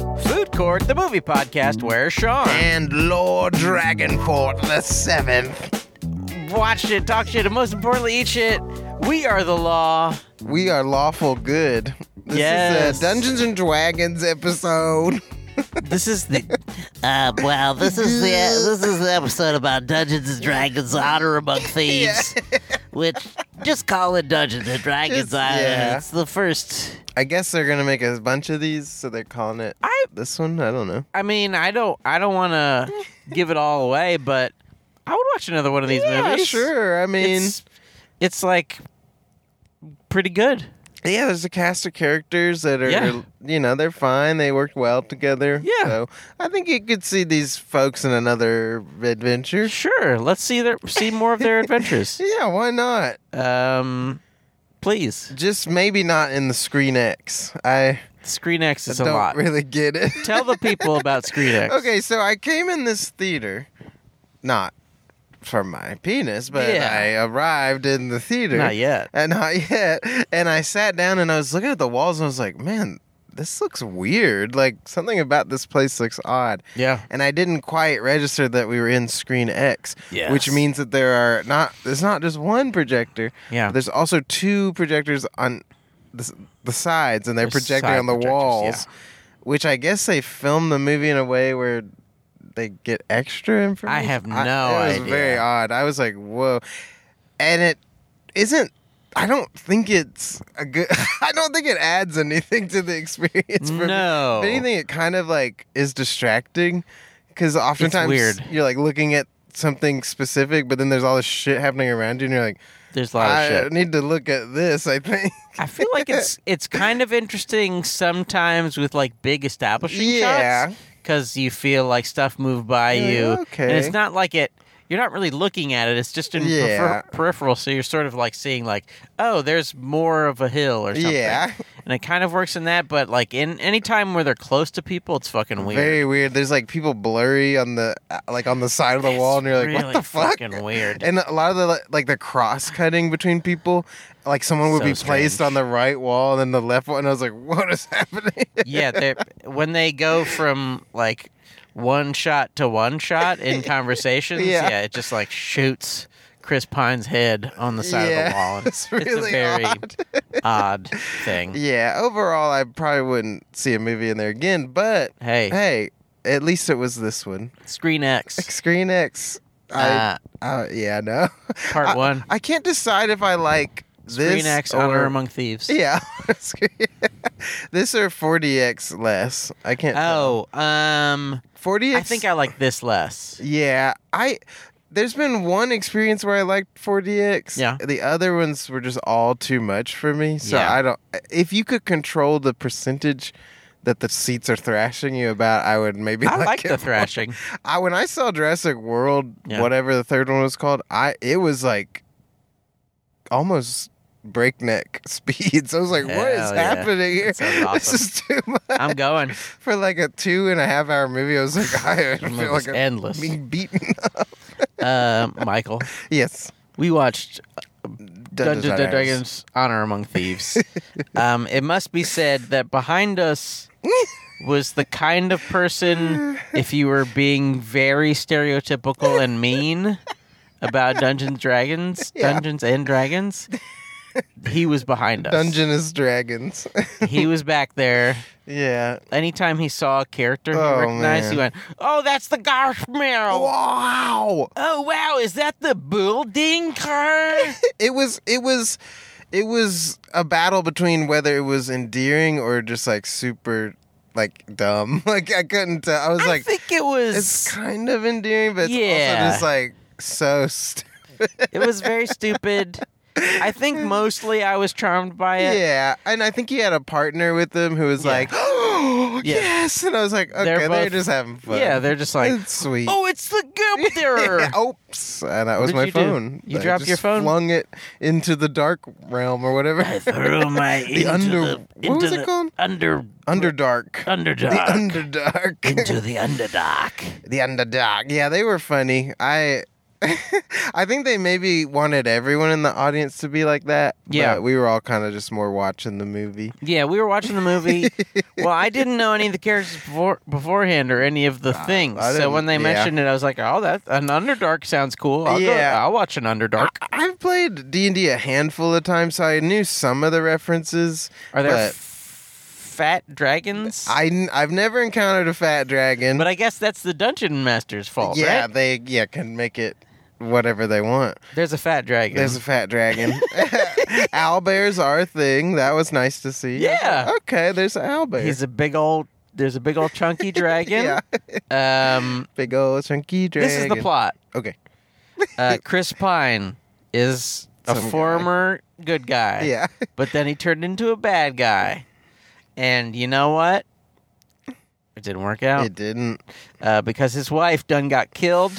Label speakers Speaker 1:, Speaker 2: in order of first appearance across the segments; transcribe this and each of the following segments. Speaker 1: Record, the movie podcast where Sean
Speaker 2: and Lord Dragonfort the Seventh.
Speaker 1: watched shit, talk shit, and most importantly, eat shit. We are the law.
Speaker 2: We are lawful good. This
Speaker 1: Yes.
Speaker 2: is a Dungeons and Dragons episode.
Speaker 1: This is the
Speaker 3: Uh, well, this is the this is the episode about Dungeons and Dragons Honor Among Thieves, which just call it Dungeons and Dragons
Speaker 2: Just-
Speaker 3: Honor.
Speaker 2: yeah.
Speaker 3: It's the first.
Speaker 2: I guess they're gonna make a bunch of these, so they're calling it
Speaker 1: I-
Speaker 2: this one. I don't know.
Speaker 1: I mean, I don't I don't wanna give it all away, but I would watch another one of these movies.
Speaker 2: sure. I mean,
Speaker 1: It's, it's like pretty good.
Speaker 2: yeah, there's a cast of characters that are,
Speaker 1: Yeah.
Speaker 2: you know, they're fine. They work well together.
Speaker 1: Yeah.
Speaker 2: So I think you could see these folks in another adventure.
Speaker 1: Sure. Let's see their see more of their adventures.
Speaker 2: Yeah, why not?
Speaker 1: Um please.
Speaker 2: Just maybe not in the Screen X. I
Speaker 1: Screen X is a
Speaker 2: don't
Speaker 1: lot.
Speaker 2: really get it.
Speaker 1: Tell the people about Screen X.
Speaker 2: Okay, so I came in this theater, not for my penis, but
Speaker 1: Yeah.
Speaker 2: I arrived in the theater.
Speaker 1: Not yet.
Speaker 2: And not yet. And I sat down and I was looking at the walls and I was like, man, this looks weird. Like something about this place looks odd.
Speaker 1: Yeah.
Speaker 2: And I didn't quite register that we were in Screen X, which
Speaker 1: Yes.
Speaker 2: means that there are not. There's not just one projector.
Speaker 1: Yeah.
Speaker 2: There's also two projectors on the, s- the sides, and they're
Speaker 1: There's
Speaker 2: projecting
Speaker 1: side
Speaker 2: on the
Speaker 1: projectors,
Speaker 2: walls,
Speaker 1: yeah.
Speaker 2: which I guess they filmed the movie in a way where they get extra information.
Speaker 1: have
Speaker 2: It
Speaker 1: no
Speaker 2: was
Speaker 1: idea.
Speaker 2: very odd. I was like, whoa, and it isn't. I don't think it's a good. I don't think it adds anything to the experience. For me.
Speaker 1: No.
Speaker 2: If anything, it kind of like is distracting because oftentimes
Speaker 1: weird.
Speaker 2: you're like looking at something specific, but then there's all this shit happening around you, and you're like,
Speaker 1: There's a lot of
Speaker 2: I
Speaker 1: shit.
Speaker 2: need to look at this. I think.
Speaker 1: I feel like it's it's kind of interesting sometimes with like big establishing
Speaker 2: Yeah.
Speaker 1: because you feel like stuff moved by
Speaker 2: You're
Speaker 1: you,
Speaker 2: like,
Speaker 1: and
Speaker 2: okay.
Speaker 1: it's not like it. You're not really looking at it. It's just in
Speaker 2: Yeah.
Speaker 1: peripher- peripheral, so you're sort of like seeing like, oh, there's more of a hill or something.
Speaker 2: Yeah.
Speaker 1: and it kind of works in that. But like in any time where they're close to people, it's fucking weird.
Speaker 2: Very weird. There's like people blurry on the like on the side of the wall, and you're like,
Speaker 1: really
Speaker 2: "What the fuck?"
Speaker 1: Fucking weird.
Speaker 2: And a lot of the like the cross cutting between people, like someone would
Speaker 1: So
Speaker 2: be placed
Speaker 1: strange.
Speaker 2: on the right wall and then the left one. And I was like, "What is happening?"
Speaker 1: yeah, they're, when they go from like one shot to one shot in conversations,
Speaker 2: Yeah.
Speaker 1: yeah. it just like shoots Chris Pine's head on the side of the
Speaker 2: Yeah,
Speaker 1: wall. And
Speaker 2: it's really
Speaker 1: a very
Speaker 2: odd.
Speaker 1: odd thing.
Speaker 2: Yeah, overall, I probably wouldn't see a movie in there again, but
Speaker 1: Hey,
Speaker 2: hey, at least it was this one.
Speaker 1: Screen X,
Speaker 2: Screen X. I,
Speaker 1: uh,
Speaker 2: uh, yeah, no.
Speaker 1: part
Speaker 2: I-
Speaker 1: one.
Speaker 2: I can't decide if I like this.
Speaker 1: Screen X,
Speaker 2: or,
Speaker 1: Honor Among Thieves.
Speaker 2: Yeah. Screen- this or 40X less. I can't. tell.
Speaker 1: Oh, um,
Speaker 2: 40X.
Speaker 1: I think I like this less.
Speaker 2: Yeah, I. There's been one experience where I liked 4DX.
Speaker 1: Yeah.
Speaker 2: The other ones were just all too much for me. So
Speaker 1: Yeah.
Speaker 2: I don't. If you could control the percentage that the seats are thrashing you about, I would maybe.
Speaker 1: I
Speaker 2: like,
Speaker 1: like the
Speaker 2: it more.
Speaker 1: thrashing.
Speaker 2: I when I saw Jurassic World,
Speaker 1: Yeah.
Speaker 2: whatever the third one was called, I it was like almost breakneck speeds. I was like, what is
Speaker 1: Hell yeah.
Speaker 2: happening here?
Speaker 1: That sounds
Speaker 2: This
Speaker 1: awesome.
Speaker 2: is too much.
Speaker 1: I'm going.
Speaker 2: For like a two and a half hour movie, I was like, I
Speaker 1: It
Speaker 2: feel
Speaker 1: was
Speaker 2: like I'm
Speaker 1: endless.
Speaker 2: being beaten up.
Speaker 1: Uh, Michael,
Speaker 2: Yes.
Speaker 1: we watched
Speaker 2: Dungeons
Speaker 1: Dungeons
Speaker 2: and
Speaker 1: and Dragons Honor Among Thieves. um, it must be said that behind us was the kind of person, if you were being very stereotypical and mean about Dungeons and Dragons,
Speaker 2: Yeah.
Speaker 1: Dungeons and Dragons, he was behind us.
Speaker 2: Dungeness Dragons.
Speaker 1: He was back there.
Speaker 2: yeah.
Speaker 1: Anytime he saw a character he
Speaker 2: Oh,
Speaker 1: recognized, he
Speaker 2: man.
Speaker 1: went, "Oh, that's the Garfmeow."
Speaker 2: Wow.
Speaker 1: Oh wow, is that the building car?
Speaker 2: It was it was it was a battle between whether it was endearing or just like super like dumb. Like I couldn't tell. I was
Speaker 1: I
Speaker 2: like
Speaker 1: think it was
Speaker 2: it's kind of endearing, but it's also
Speaker 1: Yeah.
Speaker 2: just like so stupid.
Speaker 1: It was very stupid. I think mostly I was charmed by it.
Speaker 2: Yeah, and I think he had a partner with him who was
Speaker 1: Yeah.
Speaker 2: like, "Oh,
Speaker 1: Yeah.
Speaker 2: yes!" And I was like, "Okay,
Speaker 1: They're
Speaker 2: they're,
Speaker 1: both-
Speaker 2: just having fun."
Speaker 1: Yeah, they're just like,
Speaker 2: It's sweet.
Speaker 1: oh, it's the Gupter.
Speaker 2: Yeah, oops, and that was
Speaker 1: What'd
Speaker 2: my
Speaker 1: you do?
Speaker 2: phone.
Speaker 1: You
Speaker 2: I
Speaker 1: dropped
Speaker 2: just
Speaker 1: your phone?
Speaker 2: flung it into the dark realm or whatever.
Speaker 3: I threw my into
Speaker 2: under-
Speaker 3: the,
Speaker 2: what
Speaker 3: into
Speaker 2: was it
Speaker 3: the
Speaker 2: called?
Speaker 3: under
Speaker 2: Underdark.
Speaker 1: Ah.
Speaker 2: The
Speaker 3: underdog
Speaker 2: Underdark.
Speaker 3: into the underdog.
Speaker 2: the Underdark. Yeah, they were funny. I I think they maybe wanted everyone in the audience to be like that.
Speaker 1: Yeah.
Speaker 2: but we were all kind of just more watching the movie.
Speaker 1: Yeah, we were watching the movie. well, I didn't know any of the characters before, beforehand or any of the things.
Speaker 2: Ah, I
Speaker 1: So when they
Speaker 2: didn't- yeah.
Speaker 1: mentioned it, I was like, "Oh, that an Underdark sounds cool. I'll go,
Speaker 2: Yeah. Ah,
Speaker 1: I'll watch an Underdark."
Speaker 2: I- I've played D and D a handful of times, so I knew some of the references.
Speaker 1: Are there
Speaker 2: but
Speaker 1: f- fat dragons?
Speaker 2: I n- I've never encountered a fat dragon.
Speaker 1: but I guess that's the dungeon master's fault,
Speaker 2: yeah,
Speaker 1: right?
Speaker 2: they yeah can make it whatever they want.
Speaker 1: There's a fat dragon.
Speaker 2: There's a fat dragon. owl bears are a thing. That was nice to see.
Speaker 1: Yeah.
Speaker 2: Okay, there's an owl bear.
Speaker 1: He's a big old. There's a big old chunky dragon. Um,
Speaker 2: Big old chunky dragon.
Speaker 1: this is the plot.
Speaker 2: Okay.
Speaker 1: Uh, Chris Pine is a
Speaker 2: Some guy.
Speaker 1: former good guy.
Speaker 2: Yeah.
Speaker 1: but then he turned into a bad guy. And you know what? It didn't work out
Speaker 2: It didn't.
Speaker 1: uh, because his wife done got killed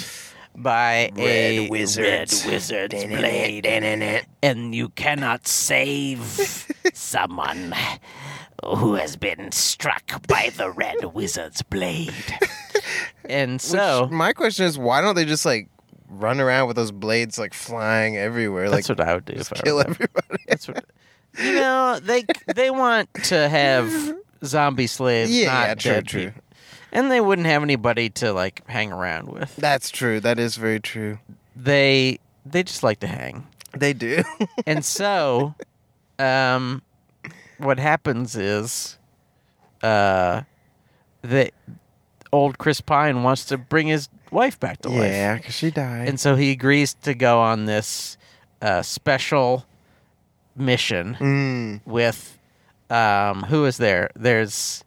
Speaker 1: by a
Speaker 2: Red wizards.
Speaker 1: red wizard's blade, and you cannot save someone who has been struck by the red wizard's blade. and so
Speaker 2: Which, my question is, why don't they just like run around with those blades like flying everywhere?
Speaker 1: that's
Speaker 2: like
Speaker 1: what I would do if I
Speaker 2: kill
Speaker 1: were them.
Speaker 2: everybody.
Speaker 1: That's what. You know, they they want to have zombie slaves,
Speaker 2: Yeah,
Speaker 1: not
Speaker 2: yeah, true,
Speaker 1: dead
Speaker 2: true.
Speaker 1: people. And they wouldn't have anybody to like hang around with.
Speaker 2: That's true. That is very true.
Speaker 1: They they just like to hang.
Speaker 2: They do.
Speaker 1: And so, um, what happens is, uh, that old Chris Pine wants to bring his wife back to life.
Speaker 2: yeah, because she died.
Speaker 1: And so he agrees to go on this uh, special mission
Speaker 2: Mm.
Speaker 1: with um who is there? There's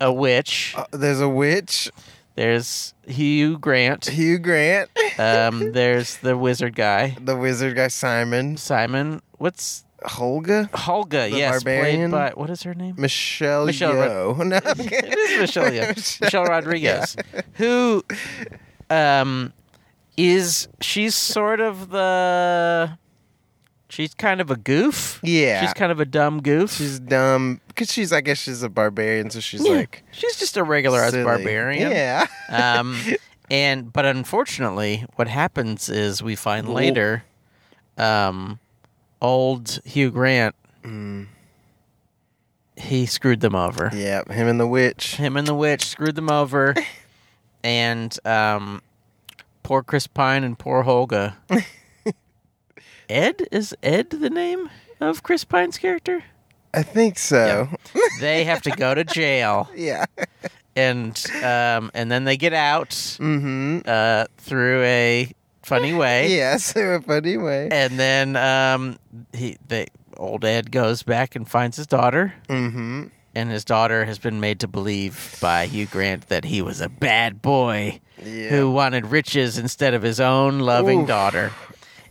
Speaker 1: a witch.
Speaker 2: Uh, there's a witch,
Speaker 1: There's Hugh Grant.
Speaker 2: Hugh Grant,
Speaker 1: Um there's the wizard guy,
Speaker 2: the wizard guy Simon,
Speaker 1: Simon. What's
Speaker 2: Holga,
Speaker 1: Holga?
Speaker 2: The
Speaker 1: yes,
Speaker 2: barbarian?
Speaker 1: played by what is her name?
Speaker 2: Michelle,
Speaker 1: Michelle
Speaker 2: Yeoh. No,
Speaker 1: It is Michelle. Yeoh. Michelle Rodriguez, who um is she's sort of the she's kind of a goof.
Speaker 2: Yeah.
Speaker 1: She's kind of a dumb goof.
Speaker 2: She's dumb because she's. I guess she's a barbarian, so she's like
Speaker 1: she's just a regular ass
Speaker 2: silly.
Speaker 1: barbarian.
Speaker 2: Yeah.
Speaker 1: um, and but unfortunately, what happens is we find later, um, old Hugh Grant, he screwed them over.
Speaker 2: Mm. yeah. Him and the witch.
Speaker 1: Him and the witch screwed them over, and um, poor Chris Pine and poor Holga. Ed is Ed the name of Chris Pine's character?
Speaker 2: I think so.
Speaker 1: They have to go to jail,
Speaker 2: Yeah.
Speaker 1: and um, and then they get out.
Speaker 2: Mm-hmm.
Speaker 1: uh, through a funny way.
Speaker 2: Yes, in a funny way.
Speaker 1: And then um, he, the old Ed goes back and finds his daughter,
Speaker 2: Mm-hmm.
Speaker 1: and his daughter has been made to believe by Hugh Grant that he was a bad boy
Speaker 2: Yeah.
Speaker 1: who wanted riches instead of his own loving
Speaker 2: Oof.
Speaker 1: daughter.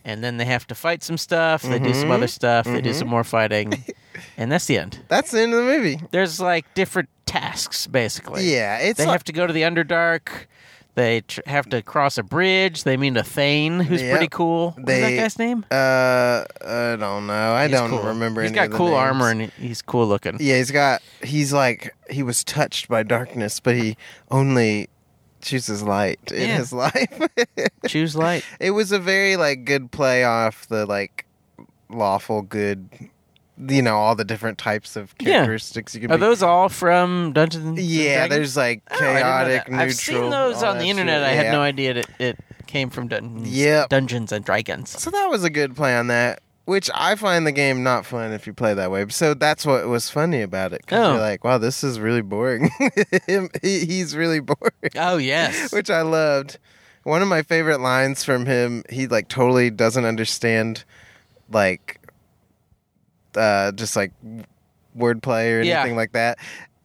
Speaker 1: And then they have to fight some stuff. They do some other
Speaker 2: Mm-hmm.
Speaker 1: stuff. They do some more fighting, and that's the end.
Speaker 2: That's the end of the movie.
Speaker 1: There's like different tasks basically.
Speaker 2: yeah, it's
Speaker 1: they
Speaker 2: like-
Speaker 1: have to go to the Underdark. They tr- have to cross a bridge. They meet a Thane, who's
Speaker 2: Yep.
Speaker 1: pretty cool. What's that
Speaker 2: They-
Speaker 1: guy's name?
Speaker 2: uh, I don't know. I
Speaker 1: He's
Speaker 2: don't
Speaker 1: cool.
Speaker 2: remember.
Speaker 1: He's
Speaker 2: any
Speaker 1: got
Speaker 2: of the
Speaker 1: cool
Speaker 2: names.
Speaker 1: armor and he's cool looking.
Speaker 2: Yeah, he's got. He's like he was touched by darkness, but he only chooses light in
Speaker 1: Yeah.
Speaker 2: his life.
Speaker 1: Choose light.
Speaker 2: it was a very like good play off the like lawful good. You know all the different types of
Speaker 1: Yeah.
Speaker 2: characteristics you can.
Speaker 1: Are
Speaker 2: be.
Speaker 1: those all from Dungeons? and
Speaker 2: Yeah,
Speaker 1: Dragons?
Speaker 2: there's like
Speaker 1: Oh, I didn't know
Speaker 2: chaotic,
Speaker 1: that.
Speaker 2: neutral.
Speaker 1: I've seen those
Speaker 2: all
Speaker 1: on the
Speaker 2: that
Speaker 1: internet.
Speaker 2: shit.
Speaker 1: I
Speaker 2: Yeah.
Speaker 1: had no idea that it came from Dungeons.
Speaker 2: Yep.
Speaker 1: Dungeons and Dragons.
Speaker 2: So that was a good play on that, which I find the game not fun if you play that way. So that's what was funny about it. 'cause
Speaker 1: Oh.
Speaker 2: You're like, wow, this is really boring. Him, he, he's really boring,
Speaker 1: Oh yes.
Speaker 2: which I loved. One of my favorite lines from him, he like totally doesn't understand, like, uh, just like wordplay or
Speaker 1: Yeah.
Speaker 2: anything like that.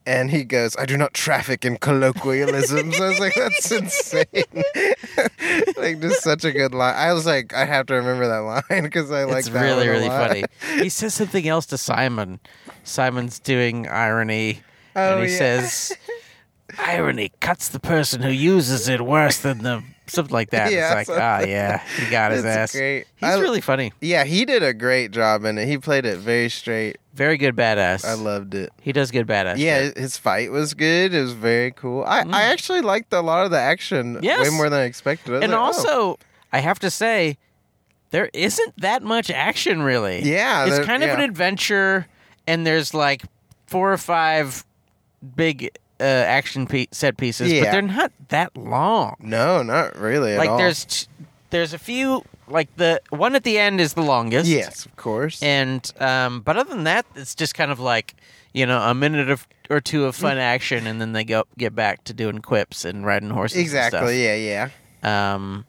Speaker 2: And he goes, I do not traffic in colloquialisms. I was like, that's insane. like, just such a good line. I was like, I have to remember that line because I like
Speaker 1: it's
Speaker 2: that.
Speaker 1: really
Speaker 2: one a
Speaker 1: really
Speaker 2: lot.
Speaker 1: funny. He says something else to Simon. Simon's doing irony,
Speaker 2: Oh,
Speaker 1: and he
Speaker 2: yeah.
Speaker 1: says, "Irony cuts the person who uses it worse than the something like that."
Speaker 2: Yeah,
Speaker 1: it's like,
Speaker 2: something-
Speaker 1: ah, yeah, he got his
Speaker 2: It's
Speaker 1: ass.
Speaker 2: great.
Speaker 1: He's
Speaker 2: I-
Speaker 1: really funny.
Speaker 2: Yeah, he did a great job in it. He played it very straight.
Speaker 1: Very good badass.
Speaker 2: I loved it.
Speaker 1: He does good badass.
Speaker 2: Yeah,
Speaker 1: shit.
Speaker 2: his fight was good. It was very cool. I, I actually liked a lot of the action
Speaker 1: Mm. Yes.
Speaker 2: way more than I expected. I was
Speaker 1: and
Speaker 2: like, oh.
Speaker 1: also. I have to say, there isn't that much action really.
Speaker 2: Yeah,
Speaker 1: it's
Speaker 2: there-
Speaker 1: kind of
Speaker 2: yeah.
Speaker 1: an adventure, and there's like four or five big uh, action pe- set pieces, but
Speaker 2: Yeah.
Speaker 1: they're not that long.
Speaker 2: No, not really at
Speaker 1: like
Speaker 2: all.
Speaker 1: there's t- there's a few like the one at the end is the longest.
Speaker 2: yes, of course.
Speaker 1: And um, but other than that, it's just kind of like you know a minute of, or two of
Speaker 2: Mm.
Speaker 1: fun action, and then they go get back to doing quips and riding horses. and stuff.
Speaker 2: exactly. Yeah, yeah.
Speaker 1: Um,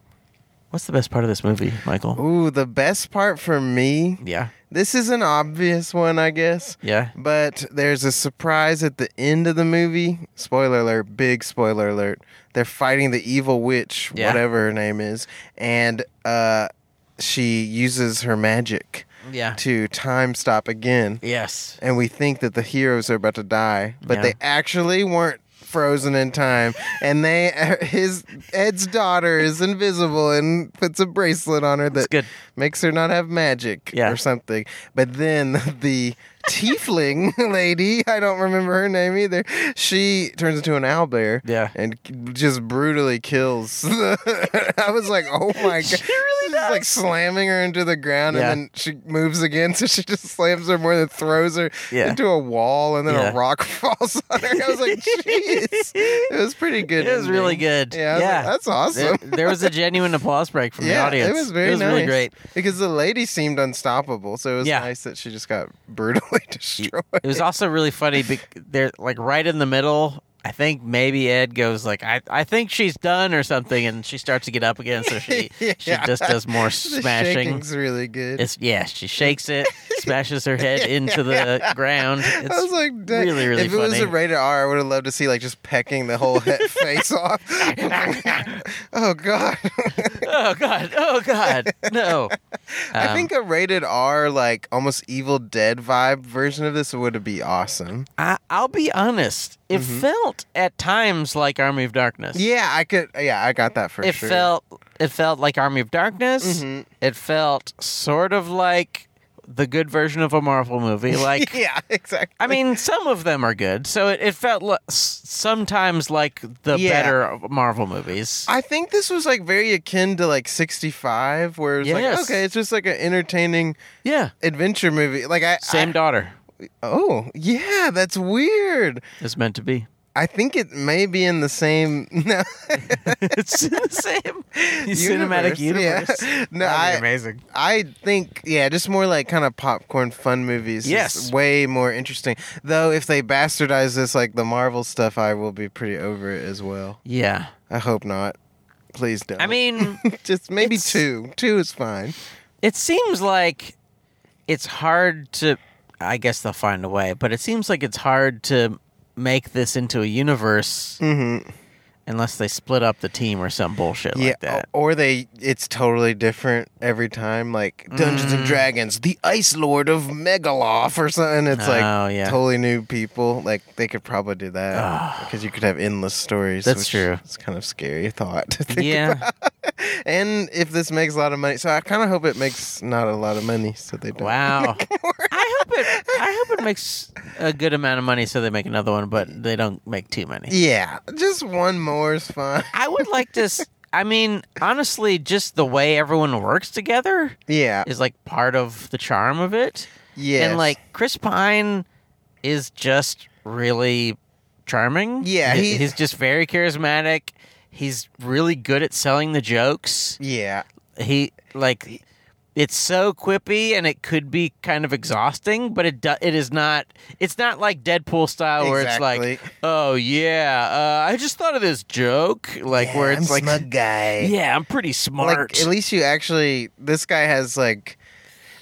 Speaker 1: what's the best part of this movie, Michael?
Speaker 2: Ooh, the best part for me.
Speaker 1: Yeah,
Speaker 2: This is an obvious one, I guess.
Speaker 1: yeah.
Speaker 2: But there's a surprise at the end of the movie. Spoiler alert, big spoiler alert. They're fighting the evil witch,
Speaker 1: Yeah.
Speaker 2: whatever her name is, and uh, she uses her magic
Speaker 1: Yeah.
Speaker 2: to time stop again.
Speaker 1: Yes.
Speaker 2: And we think that the heroes are about to die, but
Speaker 1: Yeah.
Speaker 2: they actually weren't frozen in time. And they his Ed's daughter is invisible and puts a bracelet on her
Speaker 1: It's
Speaker 2: that
Speaker 1: good.
Speaker 2: makes her not have magic
Speaker 1: Yeah.
Speaker 2: or something. But then the tiefling lady, I don't remember her name either, she turns into an owlbear
Speaker 1: Yeah.
Speaker 2: and k- just brutally kills. the- I was like, oh my god.
Speaker 1: really
Speaker 2: She's like slamming her into the ground
Speaker 1: Yeah.
Speaker 2: and then she moves again, so she just slams her more than throws her
Speaker 1: Yeah.
Speaker 2: into a wall and then
Speaker 1: Yeah.
Speaker 2: a rock falls on her. I was like, jeez. It was pretty good.
Speaker 1: It was really
Speaker 2: ending.
Speaker 1: good.
Speaker 2: Yeah, I was like, that's awesome.
Speaker 1: There, there was a genuine applause break from the
Speaker 2: Yeah,
Speaker 1: audience.
Speaker 2: it was very
Speaker 1: It was really
Speaker 2: nice.
Speaker 1: great.
Speaker 2: Because the lady seemed unstoppable, so it was
Speaker 1: Yeah.
Speaker 2: nice that she just got brutally destroyed.
Speaker 1: It was also really funny. bec- They're like right in the middle. I think maybe Ed goes like, I, I think she's done or something, and she starts to get up again. So she she
Speaker 2: Yeah.
Speaker 1: just does more
Speaker 2: The
Speaker 1: smashing.
Speaker 2: shaking's really good.
Speaker 1: It's yeah, she shakes it, smashes her head into the ground. It's,
Speaker 2: I was like, dang.
Speaker 1: really, really
Speaker 2: if it was
Speaker 1: funny.
Speaker 2: a rated R, I would have loved to see like just pecking the whole head face off. oh god.
Speaker 1: oh god, oh god, no.
Speaker 2: I
Speaker 1: Um,
Speaker 2: think a rated R like almost Evil Dead vibe version of this would be awesome.
Speaker 1: I, I'll be honest. It
Speaker 2: Mm-hmm.
Speaker 1: felt at times like Army of Darkness.
Speaker 2: Yeah, I could. Yeah, I got that for
Speaker 1: it
Speaker 2: sure.
Speaker 1: felt it felt like Army of Darkness.
Speaker 2: Mhm.
Speaker 1: It felt sort of like the good version of a Marvel movie. Like
Speaker 2: Yeah, exactly.
Speaker 1: I mean, some of them are good. So it, it felt l- s- sometimes like the
Speaker 2: Yeah.
Speaker 1: better Marvel movies.
Speaker 2: I think this was like very akin to like 65, where it's
Speaker 1: Yes.
Speaker 2: like okay, it's just like an entertaining
Speaker 1: yeah,
Speaker 2: adventure movie. Like I
Speaker 1: same daughter
Speaker 2: I- oh yeah, that's weird.
Speaker 1: is meant to be.
Speaker 2: I think it may be in the same. No.
Speaker 1: it's the same cinematic
Speaker 2: Universe,
Speaker 1: universe.
Speaker 2: yeah. No,
Speaker 1: That'd be
Speaker 2: I-
Speaker 1: amazing.
Speaker 2: I think, yeah, just more like kind of popcorn fun movies. is
Speaker 1: Yes.
Speaker 2: way more interesting. Though, if they bastardize this like the Marvel stuff, I will be pretty over it as well.
Speaker 1: Yeah,
Speaker 2: I hope not. Please don't.
Speaker 1: I mean.
Speaker 2: just maybe
Speaker 1: it's-
Speaker 2: two. Two is fine.
Speaker 1: It seems like it's hard to. I guess they'll find a way, but it seems like it's hard to make this into a universe
Speaker 2: Mm-hmm.
Speaker 1: unless they split up the team or some bullshit
Speaker 2: yeah. oh,
Speaker 1: like that.
Speaker 2: Or they, it's totally different every time. Like Dungeons and
Speaker 1: Mm.
Speaker 2: Dragons, the Ice Lord of Megaloff or something. It's like
Speaker 1: oh yeah,
Speaker 2: totally new people. Like they could probably do that
Speaker 1: Ah.
Speaker 2: because you could have endless stories.
Speaker 1: That's
Speaker 2: which
Speaker 1: true.
Speaker 2: It's kind of scary thought. To think
Speaker 1: yeah.
Speaker 2: And if this makes a lot of money, so I kind of hope it makes not a lot of money, so they don't.
Speaker 1: Wow. I hope it. I hope it makes a good amount of money so they make another one, but they don't make too many.
Speaker 2: Yeah, just one more is fine.
Speaker 1: I would like to. s- I mean, honestly, just the way everyone works together
Speaker 2: Yeah,
Speaker 1: is like part of the charm of it.
Speaker 2: yeah,
Speaker 1: And like Chris Pine is just really charming.
Speaker 2: Yeah,
Speaker 1: He-
Speaker 2: he-
Speaker 1: he's just very charismatic. He's really good at selling the jokes.
Speaker 2: yeah,
Speaker 1: He like it's so quippy and it could be kind of exhausting, but it do, it is not it's not like Deadpool style where it's like,
Speaker 2: Exactly.
Speaker 1: "Oh yeah, uh, I just thought of this joke." Like where
Speaker 2: Yeah,
Speaker 1: it's
Speaker 2: I'm
Speaker 1: like,
Speaker 2: smug guy.
Speaker 1: "Yeah, I'm pretty smart."
Speaker 2: Like at least you actually, this guy has like,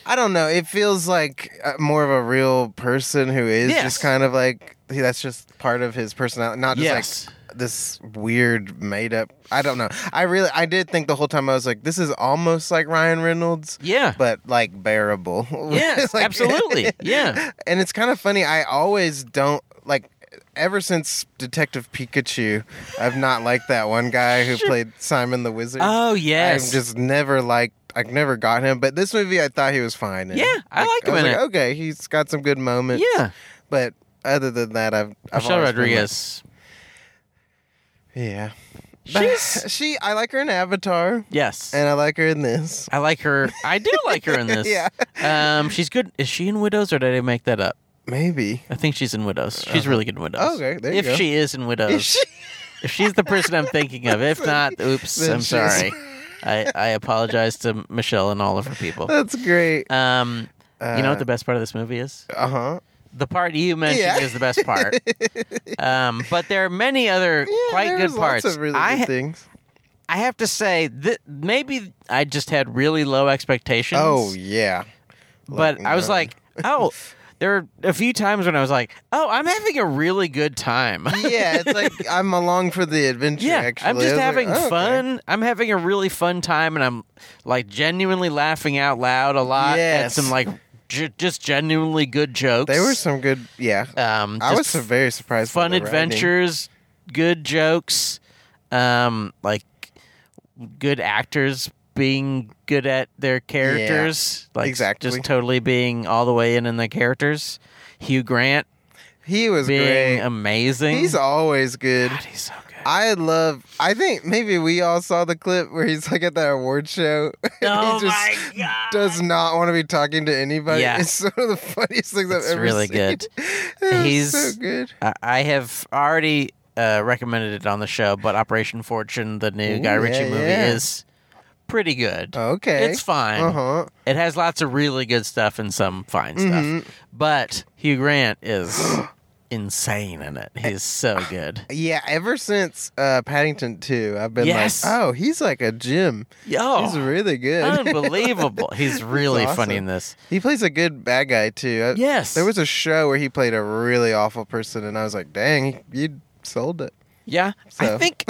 Speaker 2: I don't know. It feels like uh, more of a real person who is
Speaker 1: Yes.
Speaker 2: just kind of like he- that's just part of his personality, not just
Speaker 1: yes.
Speaker 2: like this weird made up. I don't know. I really, I did think the whole time I was like, this is almost like Ryan Reynolds.
Speaker 1: yeah.
Speaker 2: but like bearable.
Speaker 1: Yes,
Speaker 2: Like-
Speaker 1: absolutely. Yeah.
Speaker 2: and it's kind of funny. I always don't like. Ever since Detective Pikachu, I've not liked that one guy who played Simon the Wizard.
Speaker 1: Oh yes.
Speaker 2: I've just never liked. I never got him. But this movie, I thought he was fine. in.
Speaker 1: Yeah, I liked him
Speaker 2: was
Speaker 1: in
Speaker 2: like,
Speaker 1: it.
Speaker 2: Okay, he's got some good moments.
Speaker 1: yeah.
Speaker 2: but other than that, I've. I've
Speaker 1: Michelle
Speaker 2: always been like-
Speaker 1: Rodriguez.
Speaker 2: yeah.
Speaker 1: She's
Speaker 2: she. I like her in Avatar,
Speaker 1: yes.
Speaker 2: and I like her in this.
Speaker 1: I like her. I do like her in this.
Speaker 2: Yeah.
Speaker 1: Um, she's good. Is she in Widows or did I make that up?
Speaker 2: Maybe.
Speaker 1: I think she's in Widows. She's really good in Widows.
Speaker 2: Oh, okay, there you
Speaker 1: if
Speaker 2: go.
Speaker 1: she is in Widows,
Speaker 2: Is she-
Speaker 1: if she's the person I'm thinking of. If not, oops.
Speaker 2: Then
Speaker 1: I'm
Speaker 2: she's-
Speaker 1: sorry. I I apologize to Michelle and all of her people.
Speaker 2: That's great.
Speaker 1: Um, you know
Speaker 2: Uh,
Speaker 1: what the best part of this movie is?
Speaker 2: Uh huh.
Speaker 1: The part you mentioned
Speaker 2: Yeah.
Speaker 1: is the best part. um, but there are many other
Speaker 2: Yeah,
Speaker 1: quite
Speaker 2: there's
Speaker 1: good parts.
Speaker 2: Lots of really
Speaker 1: I
Speaker 2: good things.
Speaker 1: I have to say that maybe I just had really low expectations.
Speaker 2: Oh yeah.
Speaker 1: but
Speaker 2: Let me
Speaker 1: I was
Speaker 2: know.
Speaker 1: like, oh, there were a few times when I was like, oh, I'm having a really good time.
Speaker 2: yeah, it's like I'm along for the adventure.
Speaker 1: Yeah,
Speaker 2: actually.
Speaker 1: I'm
Speaker 2: I
Speaker 1: just
Speaker 2: was like,
Speaker 1: having
Speaker 2: oh, okay.
Speaker 1: fun. I'm having a really fun time, and I'm like genuinely laughing out loud a lot
Speaker 2: Yes.
Speaker 1: at some like j- just genuinely good jokes.
Speaker 2: There were some good. Yeah,
Speaker 1: um,
Speaker 2: I was
Speaker 1: just
Speaker 2: so very surprised. by
Speaker 1: fun
Speaker 2: the writing.
Speaker 1: adventures, good jokes, um, like good actors being good at their characters, like
Speaker 2: exactly.
Speaker 1: just totally being all the way in in the characters. Hugh Grant
Speaker 2: He was
Speaker 1: being
Speaker 2: great.
Speaker 1: amazing.
Speaker 2: He's always good.
Speaker 1: God, he's so good.
Speaker 2: I love. I think maybe we all saw the clip where he's like at that award show.
Speaker 1: Oh
Speaker 2: he just
Speaker 1: my God.
Speaker 2: does not want to be talking to anybody.
Speaker 1: Yeah.
Speaker 2: It's one of the funniest things
Speaker 1: It's
Speaker 2: I've ever
Speaker 1: really
Speaker 2: seen.
Speaker 1: good.
Speaker 2: He's
Speaker 1: He's-
Speaker 2: so good.
Speaker 1: I- I have already uh, recommended it on the show, but Operation Fortune, the new
Speaker 2: Ooh,
Speaker 1: Guy
Speaker 2: yeah,
Speaker 1: Ritchie movie,
Speaker 2: yeah.
Speaker 1: is pretty good.
Speaker 2: Okay.
Speaker 1: It's fine.
Speaker 2: Uh huh.
Speaker 1: It has lots of really good stuff and some fine
Speaker 2: Mhm.
Speaker 1: stuff. But Hugh Grant is insane in it. He's so good.
Speaker 2: Yeah. Ever since uh, Paddington Two, I've been
Speaker 1: Yes.
Speaker 2: like, oh, he's like a gym. He's
Speaker 1: Yo,
Speaker 2: really good.
Speaker 1: unbelievable. He's really funny
Speaker 2: awesome.
Speaker 1: in this.
Speaker 2: He plays a good bad guy too. I-
Speaker 1: Yes.
Speaker 2: There was a show where he played a really awful person, and I was like, "Dang, you sold it."
Speaker 1: Yeah,
Speaker 2: So.
Speaker 1: I think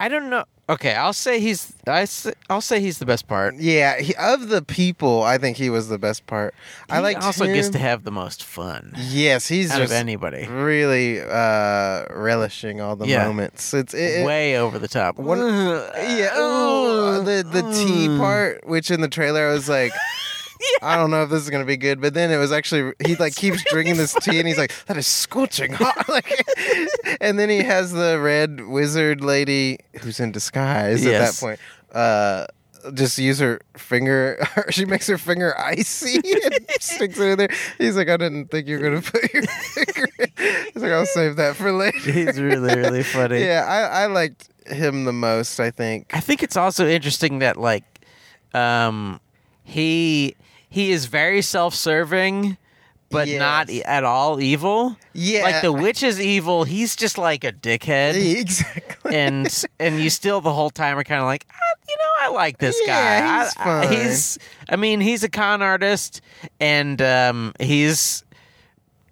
Speaker 1: I don't know. Okay, I'll say he's I s- I'll say he's the best part.
Speaker 2: Yeah, he, of the people, I think he was the best part. I
Speaker 1: He
Speaker 2: like
Speaker 1: also gets
Speaker 2: him.
Speaker 1: to have the most fun
Speaker 2: Yes, he's
Speaker 1: out of
Speaker 2: just
Speaker 1: anybody.
Speaker 2: really uh, relishing all the
Speaker 1: Yeah.
Speaker 2: moments. It's it, it-
Speaker 1: Way over the top.
Speaker 2: One- yeah.
Speaker 1: Uh, oh,
Speaker 2: ooh, the the tea
Speaker 1: mm.
Speaker 2: part, which in the trailer I was like. I don't know if this is gonna be good, but then it was actually he like keeps drinking this tea and he's like, "That is scorching hot." Like, and then he has the red wizard lady who's in disguise
Speaker 1: Yes.
Speaker 2: at that point. Uh, just use her finger. she makes her finger icy and sticks it in there. He's like, "I didn't think you were gonna put your finger." In. He's like, "I'll save that for later."
Speaker 1: He's really really funny.
Speaker 2: Yeah, I, I liked him the most. I think.
Speaker 1: I think it's also interesting that like um he he is very self-serving but not
Speaker 2: Yes.
Speaker 1: e- at all evil.
Speaker 2: Yeah,
Speaker 1: Like the witch is evil, he's just like a dickhead.
Speaker 2: exactly.
Speaker 1: and and you still the whole time are kind of like, ah, you know, I like this
Speaker 2: Yeah,
Speaker 1: guy.
Speaker 2: he's
Speaker 1: I, I,
Speaker 2: fine."
Speaker 1: he's I mean, he's a con artist and um he's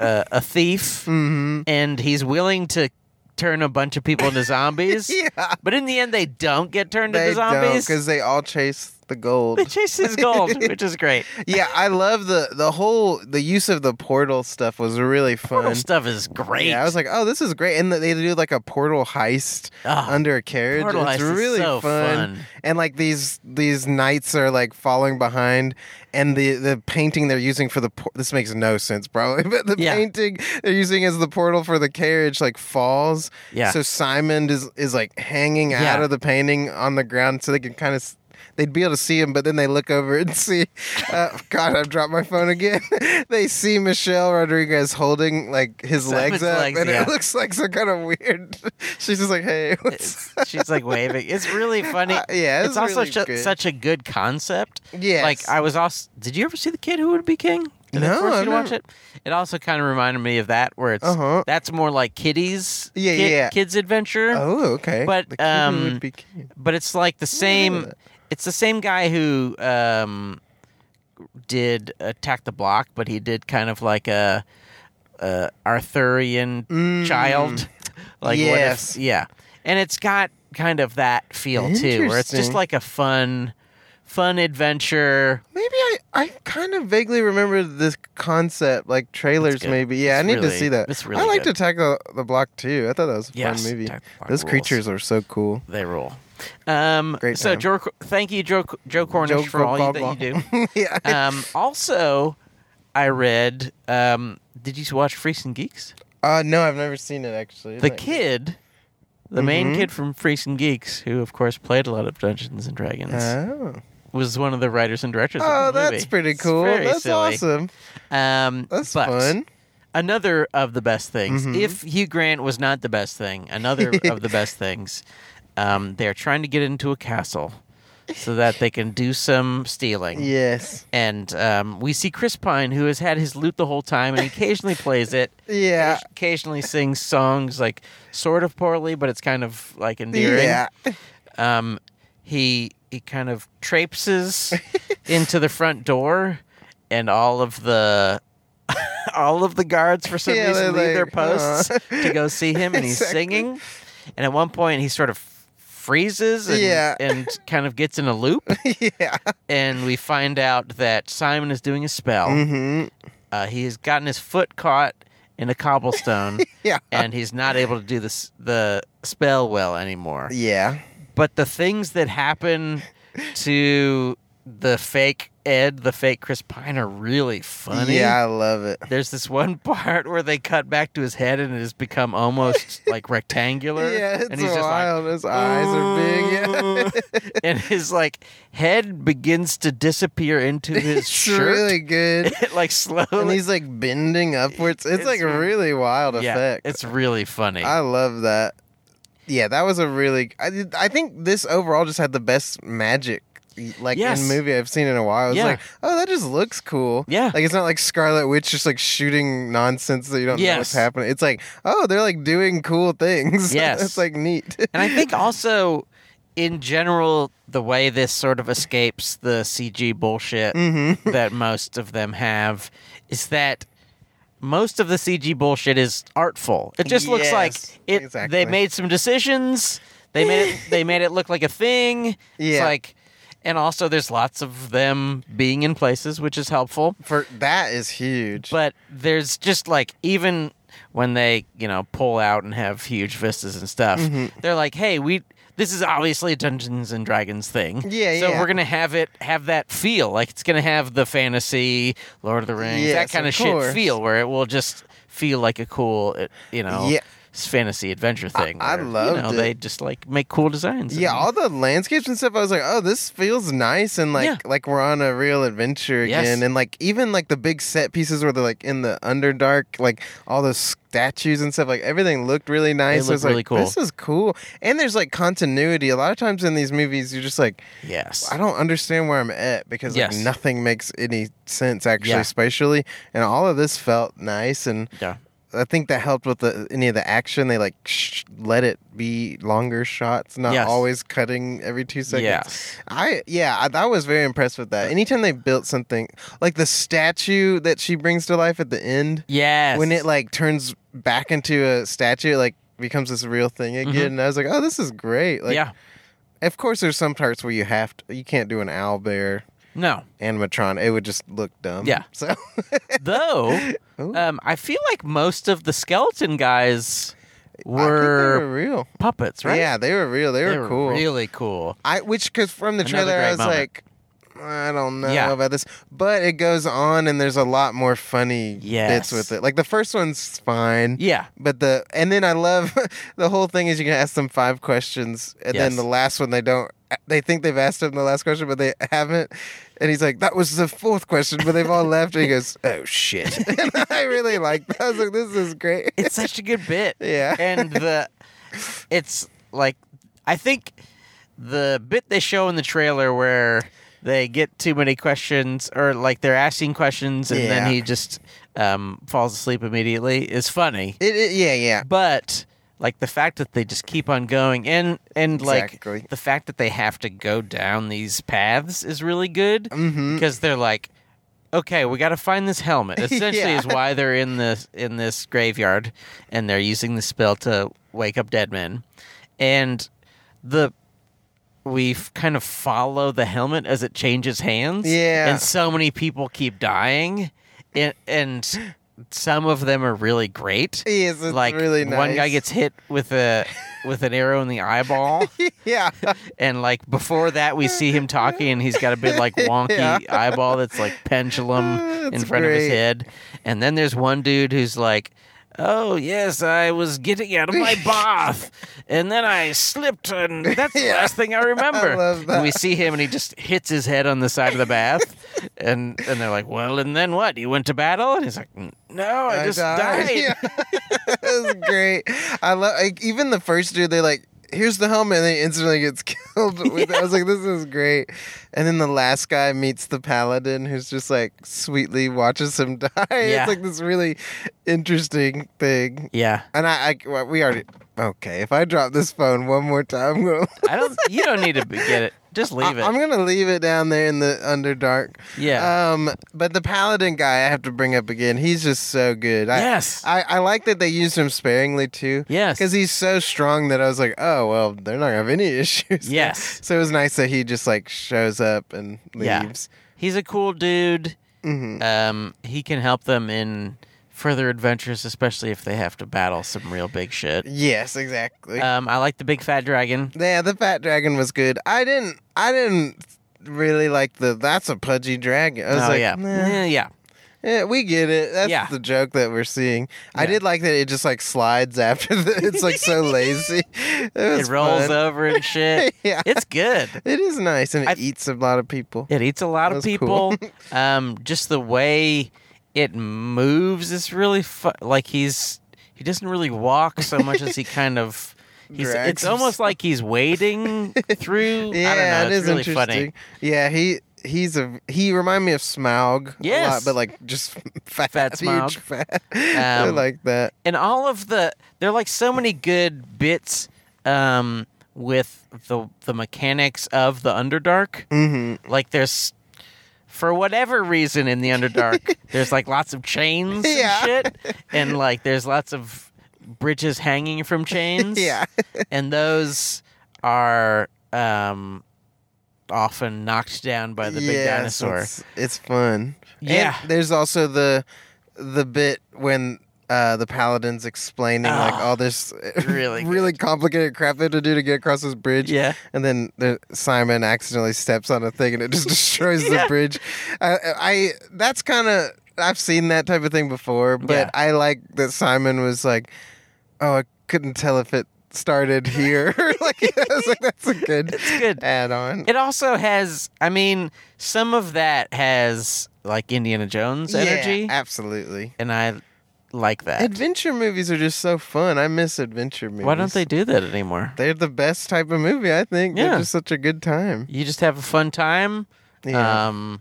Speaker 1: uh, a thief
Speaker 2: hmm
Speaker 1: and he's willing to turn a bunch of people into zombies.
Speaker 2: Yeah.
Speaker 1: But in the end, they don't get turned
Speaker 2: They
Speaker 1: into
Speaker 2: don't
Speaker 1: zombies.
Speaker 2: because they all chase the gold.
Speaker 1: They chase his gold, which is great.
Speaker 2: yeah, I love the the whole the use of the portal stuff was really
Speaker 1: Portal
Speaker 2: fun.
Speaker 1: stuff is great.
Speaker 2: Yeah, I was like, oh, this is great, and they do like a portal heist
Speaker 1: Ah,
Speaker 2: under a carriage.
Speaker 1: portal
Speaker 2: it's
Speaker 1: heist is
Speaker 2: really
Speaker 1: so
Speaker 2: fun.
Speaker 1: fun.
Speaker 2: and like these these knights are like falling behind, and the the painting they're using for the por- this makes no sense probably, but the
Speaker 1: Yeah.
Speaker 2: painting they're using as the portal for the carriage like falls.
Speaker 1: Yeah.
Speaker 2: So Simon is is like hanging
Speaker 1: Yeah.
Speaker 2: out of the painting on the ground, so they can kind of. They'd be able to see him, but then they look over and see. Uh, God, I've dropped my phone again. they see Michelle Rodriguez holding like his
Speaker 1: Simon's
Speaker 2: legs up,
Speaker 1: legs,
Speaker 2: and
Speaker 1: yeah.
Speaker 2: it looks like some kind of weird. She's just like, "Hey, what's
Speaker 1: It's- she's like waving. It's really funny.
Speaker 2: Uh, yeah,
Speaker 1: it's,
Speaker 2: it's
Speaker 1: also
Speaker 2: really
Speaker 1: ju-
Speaker 2: good.
Speaker 1: such a good concept.
Speaker 2: Yes.
Speaker 1: Like I was also. Did you ever see the kid who would be king? Did I
Speaker 2: No,
Speaker 1: force you
Speaker 2: I've
Speaker 1: to watch
Speaker 2: never-
Speaker 1: it. It also kind of reminded me of that, where it's
Speaker 2: Uh-huh.
Speaker 1: that's more like kiddies.
Speaker 2: Yeah,
Speaker 1: kid-
Speaker 2: yeah.
Speaker 1: Kids adventure.
Speaker 2: Oh, okay.
Speaker 1: But,
Speaker 2: the kiwi
Speaker 1: um,
Speaker 2: would be king.
Speaker 1: but it's like the same.
Speaker 2: that.
Speaker 1: It's the same guy who um, did Attack the Block, but he did kind of like a, a Arthurian child. Like what if-
Speaker 2: Mm. Yes.
Speaker 1: yeah, and it's got kind of that feel too, where it's just
Speaker 2: Interesting.
Speaker 1: like a fun, fun adventure.
Speaker 2: maybe I, I kind of vaguely remember this concept, like trailers.
Speaker 1: good.
Speaker 2: Maybe yeah,
Speaker 1: It's
Speaker 2: I need to
Speaker 1: really-
Speaker 2: see that.
Speaker 1: it's really
Speaker 2: I liked
Speaker 1: good.
Speaker 2: Attack the, the Block too. I thought that was a
Speaker 1: Yes,
Speaker 2: fun movie.
Speaker 1: Attack the Block
Speaker 2: Those
Speaker 1: rules.
Speaker 2: creatures are so cool.
Speaker 1: They rule. Um,
Speaker 2: Great
Speaker 1: So
Speaker 2: time.
Speaker 1: Joe, thank you, Joe, Joe Cornish,
Speaker 2: Joe
Speaker 1: for all you,
Speaker 2: Blah,
Speaker 1: that you do.
Speaker 2: blah. yeah,
Speaker 1: Um, also, I read. Um, did you watch Freaks and Geeks?
Speaker 2: Uh, no, I've never seen it actually.
Speaker 1: the
Speaker 2: Isn't it-
Speaker 1: kid the
Speaker 2: Mm-hmm.
Speaker 1: main kid from Freaks and Geeks, who of course played a lot of Dungeons and Dragons,
Speaker 2: Oh,
Speaker 1: was one of the writers and directors.
Speaker 2: oh
Speaker 1: of the
Speaker 2: that's
Speaker 1: movie.
Speaker 2: pretty
Speaker 1: It's
Speaker 2: cool.
Speaker 1: very
Speaker 2: That's
Speaker 1: silly.
Speaker 2: awesome.
Speaker 1: Um,
Speaker 2: That's
Speaker 1: but
Speaker 2: fun.
Speaker 1: Another of the best things.
Speaker 2: Mhm.
Speaker 1: If Hugh Grant was not the best thing, another of the best things. Um, they're trying to get into a castle so that they can do some stealing.
Speaker 2: Yes.
Speaker 1: And um, we see Chris Pine, who has had his lute the whole time and occasionally plays it.
Speaker 2: Yeah.
Speaker 1: Occasionally sings songs like sort of poorly, but it's kind of like endearing.
Speaker 2: Yeah.
Speaker 1: Um, he he kind of traipses into the front door, and all of the all of the guards for some
Speaker 2: Yeah,
Speaker 1: reason
Speaker 2: they're
Speaker 1: leave their
Speaker 2: like, "Aw."
Speaker 1: posts to go see him, and he's
Speaker 2: Exactly.
Speaker 1: singing. And at one point, he sort of freezes and,
Speaker 2: Yeah.
Speaker 1: and kind of gets in a loop.
Speaker 2: yeah.
Speaker 1: And we find out that Simon is doing a spell.
Speaker 2: Mm-hmm.
Speaker 1: Uh, he has gotten his foot caught in a cobblestone,
Speaker 2: Yeah.
Speaker 1: and he's not able to do this, the spell well anymore
Speaker 2: Yeah.
Speaker 1: but the things that happen to the fake Ed, the fake Chris Pine, are really funny.
Speaker 2: Yeah, I love it.
Speaker 1: There's this one part where they cut back to his head and it has become almost like rectangular.
Speaker 2: Yeah, it's
Speaker 1: and he's just like,
Speaker 2: wild. His eyes are big. Yeah.
Speaker 1: and his like head begins to disappear into his
Speaker 2: it's
Speaker 1: shirt.
Speaker 2: really good.
Speaker 1: It like slowly.
Speaker 2: And he's like bending upwards. It's,
Speaker 1: It's
Speaker 2: like a
Speaker 1: really-
Speaker 2: really wild
Speaker 1: yeah,
Speaker 2: effect.
Speaker 1: it's really funny.
Speaker 2: I love that. Yeah, that was a really. I, did- I think this overall just had the best magic, like
Speaker 1: Yes.
Speaker 2: in movie I've seen in a while. It's
Speaker 1: Yeah.
Speaker 2: like, oh, that just looks cool.
Speaker 1: Yeah.
Speaker 2: like it's not like Scarlet Witch just like shooting nonsense that you don't know what's
Speaker 1: Yes.
Speaker 2: happening. It's like, oh, they're like doing cool things.
Speaker 1: Yes.
Speaker 2: it's like neat.
Speaker 1: And I think also, in general, the way this sort of escapes the CG bullshit
Speaker 2: Mm-hmm.
Speaker 1: that most of them have is that most of the CG bullshit is artful. It just looks like
Speaker 2: Yes,
Speaker 1: it.
Speaker 2: exactly.
Speaker 1: They made some decisions. They made it. they made it look like a thing. It's
Speaker 2: Yeah.
Speaker 1: like, and also there's lots of them being in places, which is helpful.
Speaker 2: For that is huge.
Speaker 1: But there's just like even when they you know pull out and have huge vistas and stuff,
Speaker 2: Mm-hmm.
Speaker 1: they're like, hey, we this is obviously a Dungeons and Dragons thing.
Speaker 2: Yeah,
Speaker 1: So
Speaker 2: yeah.
Speaker 1: we're gonna have it have that feel like it's gonna have the fantasy, Lord of the Rings,
Speaker 2: Yes,
Speaker 1: that kind
Speaker 2: of
Speaker 1: of, shit
Speaker 2: course.
Speaker 1: feel where it will just feel like a cool, it- you know.
Speaker 2: Yeah.
Speaker 1: s- Fantasy adventure thing.
Speaker 2: I
Speaker 1: where,
Speaker 2: loved
Speaker 1: you know,
Speaker 2: it.
Speaker 1: They just like make cool designs.
Speaker 2: yeah,
Speaker 1: and-
Speaker 2: all the landscapes and stuff. I was like, oh, this feels nice, and like
Speaker 1: Yeah.
Speaker 2: like we're on a real adventure
Speaker 1: Yes.
Speaker 2: again. And like even like the big set pieces where they're like in the underdark, like all those statues and stuff. Like everything looked really nice. I
Speaker 1: look
Speaker 2: was like,
Speaker 1: really cool.
Speaker 2: This is cool. And there's like continuity. A lot of times in these movies, you're just like,
Speaker 1: yes.
Speaker 2: I don't understand where I'm at because like
Speaker 1: Yes.
Speaker 2: nothing makes any sense actually
Speaker 1: Yeah.
Speaker 2: spatially. And all of this felt nice and.
Speaker 1: Yeah.
Speaker 2: I think that helped with the, any of the action. They like sh- let it be longer shots, not
Speaker 1: Yes.
Speaker 2: always cutting every two seconds.
Speaker 1: Yes.
Speaker 2: I yeah, I, I was very impressed with that. Anytime they built something like the statue that she brings to life at the end,
Speaker 1: Yes.
Speaker 2: when it like turns back into a statue, it, like becomes this real thing
Speaker 1: Mm-hmm.
Speaker 2: again. And I was like, oh, this is great. Like,
Speaker 1: yeah.
Speaker 2: Of course, there's some parts where you have to, you can't do an owl bear
Speaker 1: No.
Speaker 2: animatron. It would just look dumb.
Speaker 1: Yeah.
Speaker 2: So
Speaker 1: Though,
Speaker 2: Ooh.
Speaker 1: um, I feel like most of the skeleton guys
Speaker 2: I think they
Speaker 1: were
Speaker 2: were real.
Speaker 1: puppets, right?
Speaker 2: Yeah, they were real. They,
Speaker 1: they
Speaker 2: were
Speaker 1: were
Speaker 2: cool.
Speaker 1: really cool.
Speaker 2: I which because from the
Speaker 1: Another
Speaker 2: trailer I
Speaker 1: great
Speaker 2: was
Speaker 1: moment.
Speaker 2: like, I don't know
Speaker 1: Yeah.
Speaker 2: about this, but it goes on and there's a lot more funny bits
Speaker 1: Yes.
Speaker 2: with it. Like the first one's fine,
Speaker 1: Yeah,
Speaker 2: but the and then I love the whole thing is you can ask them five questions and then
Speaker 1: Yes.
Speaker 2: the last one they don't. They think they've asked him the last question, but they haven't. And he's like, "That was the fourth question," but they've all left. And he goes, "Oh shit!" and I really like. That. I was like, "This is great."
Speaker 1: it's such a good bit.
Speaker 2: Yeah.
Speaker 1: and the it's like I think the bit they show in the trailer where they get too many questions or like they're asking questions and
Speaker 2: Yeah.
Speaker 1: then he just um, falls asleep immediately is funny.
Speaker 2: It, it yeah yeah
Speaker 1: but like the fact that they just keep on going and and like
Speaker 2: Exactly.
Speaker 1: the fact that they have to go down these paths is really good
Speaker 2: Mhm.
Speaker 1: because they're like okay we got to find this helmet essentially
Speaker 2: Yeah.
Speaker 1: is why they're in this in this graveyard and they're using the spell to wake up dead men and the we f- kind of follow the helmet as it changes hands
Speaker 2: Yeah.
Speaker 1: and so many people keep dying and, and some of them are really great
Speaker 2: Yes, it's
Speaker 1: like
Speaker 2: really nice.
Speaker 1: one guy gets hit with a with an arrow in the eyeball
Speaker 2: yeah
Speaker 1: and like before that we see him talking and he's got a big like wonky
Speaker 2: Yeah.
Speaker 1: eyeball that's like pendulum in
Speaker 2: That's
Speaker 1: front of his
Speaker 2: great.
Speaker 1: head and then there's one dude who's like Oh, yes, I was getting out of my bath. And then I slipped, and that's the
Speaker 2: Yeah.
Speaker 1: last thing I remember.
Speaker 2: I love that.
Speaker 1: And we see him, and he just hits his head on the side of the bath. and, and they're like, Well, and then what? You went to battle? And he's like, No, I, just died.
Speaker 2: Yeah. it was great. I love like, even the first dude. They like here's the helmet, and he instantly gets killed. With it. I was like, this is great. And then the last guy meets the paladin, who's just like sweetly watches him die.
Speaker 1: Yeah.
Speaker 2: It's like this really interesting thing.
Speaker 1: Yeah.
Speaker 2: And I, I well, we already okay. If I drop this phone one more time, I'm gonna
Speaker 1: I don't. You don't need to be- get it. Just leave it.
Speaker 2: I, am gonna leave it down there in the underdark.
Speaker 1: yeah.
Speaker 2: Um, but the paladin guy, I have to bring up again. He's just so good. I,
Speaker 1: yes.
Speaker 2: I, I like that they used him sparingly too.
Speaker 1: yes.
Speaker 2: Because he's so strong that I was like, oh well, they're not gonna have any issues.
Speaker 1: Yes.
Speaker 2: So it was nice that he just like shows up and
Speaker 1: Yeah.
Speaker 2: leaves.
Speaker 1: He's a cool dude.
Speaker 2: hmm
Speaker 1: Um, he can help them in further adventures, especially if they have to battle some real big shit.
Speaker 2: Yes, exactly.
Speaker 1: Um, I like the big fat dragon.
Speaker 2: yeah, the fat dragon was good. I didn't. I didn't really like the. That's a pudgy dragon. I was
Speaker 1: oh
Speaker 2: like,
Speaker 1: yeah,
Speaker 2: "Nah."
Speaker 1: Eh, yeah,
Speaker 2: Yeah, we get it. That's
Speaker 1: Yeah.
Speaker 2: the joke that we're seeing. I
Speaker 1: Yeah.
Speaker 2: did like that it just like slides after the. It's like so lazy. It,
Speaker 1: it
Speaker 2: was
Speaker 1: rolls
Speaker 2: fun.
Speaker 1: over and shit.
Speaker 2: Yeah.
Speaker 1: It's good.
Speaker 2: It is nice and it
Speaker 1: I-
Speaker 2: eats a lot of people.
Speaker 1: It eats a lot of
Speaker 2: That was cool.
Speaker 1: people. um, just the way it moves is really fu- like he's he doesn't really walk so much as he kind of. He's,
Speaker 2: Drags
Speaker 1: it's almost like he's wading through.
Speaker 2: Yeah,
Speaker 1: I don't know.
Speaker 2: it
Speaker 1: it's
Speaker 2: is
Speaker 1: really
Speaker 2: interesting.
Speaker 1: funny.
Speaker 2: Yeah, he he's a he remind me of Smaug a lot,
Speaker 1: Yes.
Speaker 2: but like just fat,
Speaker 1: Fat Smaug.
Speaker 2: huge fat. I
Speaker 1: Um,
Speaker 2: like that.
Speaker 1: and all of the there are like so many good bits um with the the mechanics of the underdark
Speaker 2: hmm
Speaker 1: like there's for whatever reason in the underdark there's like lots of chains
Speaker 2: Yeah.
Speaker 1: and shit and like there's lots of bridges hanging from chains
Speaker 2: Yeah,
Speaker 1: and those are um often knocked down by the big
Speaker 2: Yes,
Speaker 1: dinosaur
Speaker 2: It's, it's fun. And
Speaker 1: Yeah.
Speaker 2: there's also the the bit when. Uh, the paladin's explaining like
Speaker 1: Ah,
Speaker 2: all this
Speaker 1: really
Speaker 2: really complicated crap they had to do to get across this bridge.
Speaker 1: yeah
Speaker 2: And then the, Simon accidentally steps on a thing and it just destroys
Speaker 1: Yeah.
Speaker 2: the bridge. I, I that's kind of I've seen that type of thing before, but
Speaker 1: Yeah.
Speaker 2: I like that Simon was like, "Oh, I couldn't tell if it started here." like I was like, "That's a good,
Speaker 1: It's good.
Speaker 2: add-on."
Speaker 1: It also has, I mean, some of that has like Indiana Jones
Speaker 2: Yeah,
Speaker 1: energy,
Speaker 2: absolutely.
Speaker 1: and I like that.
Speaker 2: Adventure movies are just so fun. I miss adventure movies.
Speaker 1: Why don't they do that anymore?
Speaker 2: They're the best type of movie, I think.
Speaker 1: Yeah.
Speaker 2: They're just such a good time.
Speaker 1: You just have a fun time.
Speaker 2: Yeah.
Speaker 1: Um,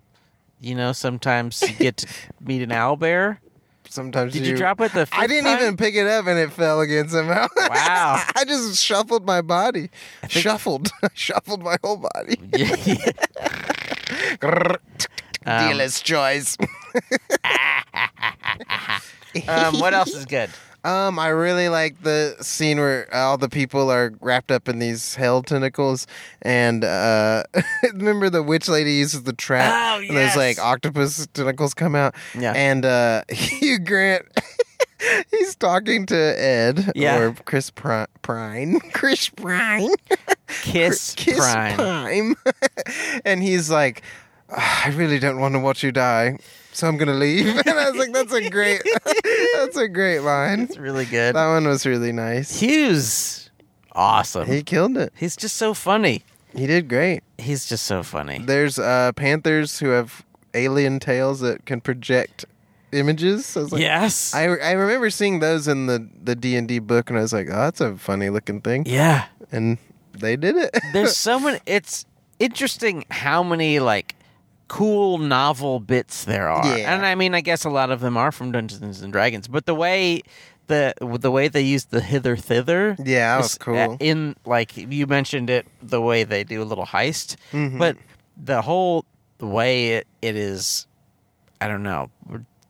Speaker 1: you know, sometimes you get to meet an owlbear.
Speaker 2: Sometimes
Speaker 1: Did you, drop it the?
Speaker 2: I
Speaker 1: fifth
Speaker 2: didn't
Speaker 1: time?
Speaker 2: even pick it up and it fell again somehow.
Speaker 1: Wow.
Speaker 2: I just shuffled my body. Shuffled. shuffled my whole body.
Speaker 1: Yeah. Um,
Speaker 2: Dealer's choice.
Speaker 1: um, what else is good?
Speaker 2: Um, I really like the scene where all the people are wrapped up in these hell tentacles, and uh, remember the witch lady uses the trap,
Speaker 1: Oh,
Speaker 2: and there's like
Speaker 1: yes.
Speaker 2: octopus tentacles come out,
Speaker 1: Yeah.
Speaker 2: and uh, Hugh Grant. He's talking to Ed
Speaker 1: Yeah.
Speaker 2: or Chris Pri- Prine. Chris Prine.
Speaker 1: Kiss,
Speaker 2: Kiss
Speaker 1: Prime.
Speaker 2: Prime. and he's like, "Ah, I really don't want to watch you die, so I'm gonna leave. And I was like, that's a great, that's a great line.
Speaker 1: It's really good.
Speaker 2: That one was really nice.
Speaker 1: Hughes, awesome.
Speaker 2: He killed it.
Speaker 1: He's just so funny.
Speaker 2: He did great.
Speaker 1: He's just so funny.
Speaker 2: There's uh, panthers who have alien tails that can project images. So I was like,
Speaker 1: yes.
Speaker 2: I, I remember seeing those in the the D and D book, and I was like, oh, that's a funny looking thing.
Speaker 1: yeah.
Speaker 2: And they did it.
Speaker 1: there's so many it's interesting how many like cool novel bits there are
Speaker 2: Yeah.
Speaker 1: and i mean i guess a lot of them are from dungeons and dragons but the way the the way they use the hither thither
Speaker 2: yeah, that was
Speaker 1: is, uh,
Speaker 2: cool.
Speaker 1: in like you mentioned it the way they do a little heist
Speaker 2: Mm-hmm.
Speaker 1: but the whole way it, it is i don't know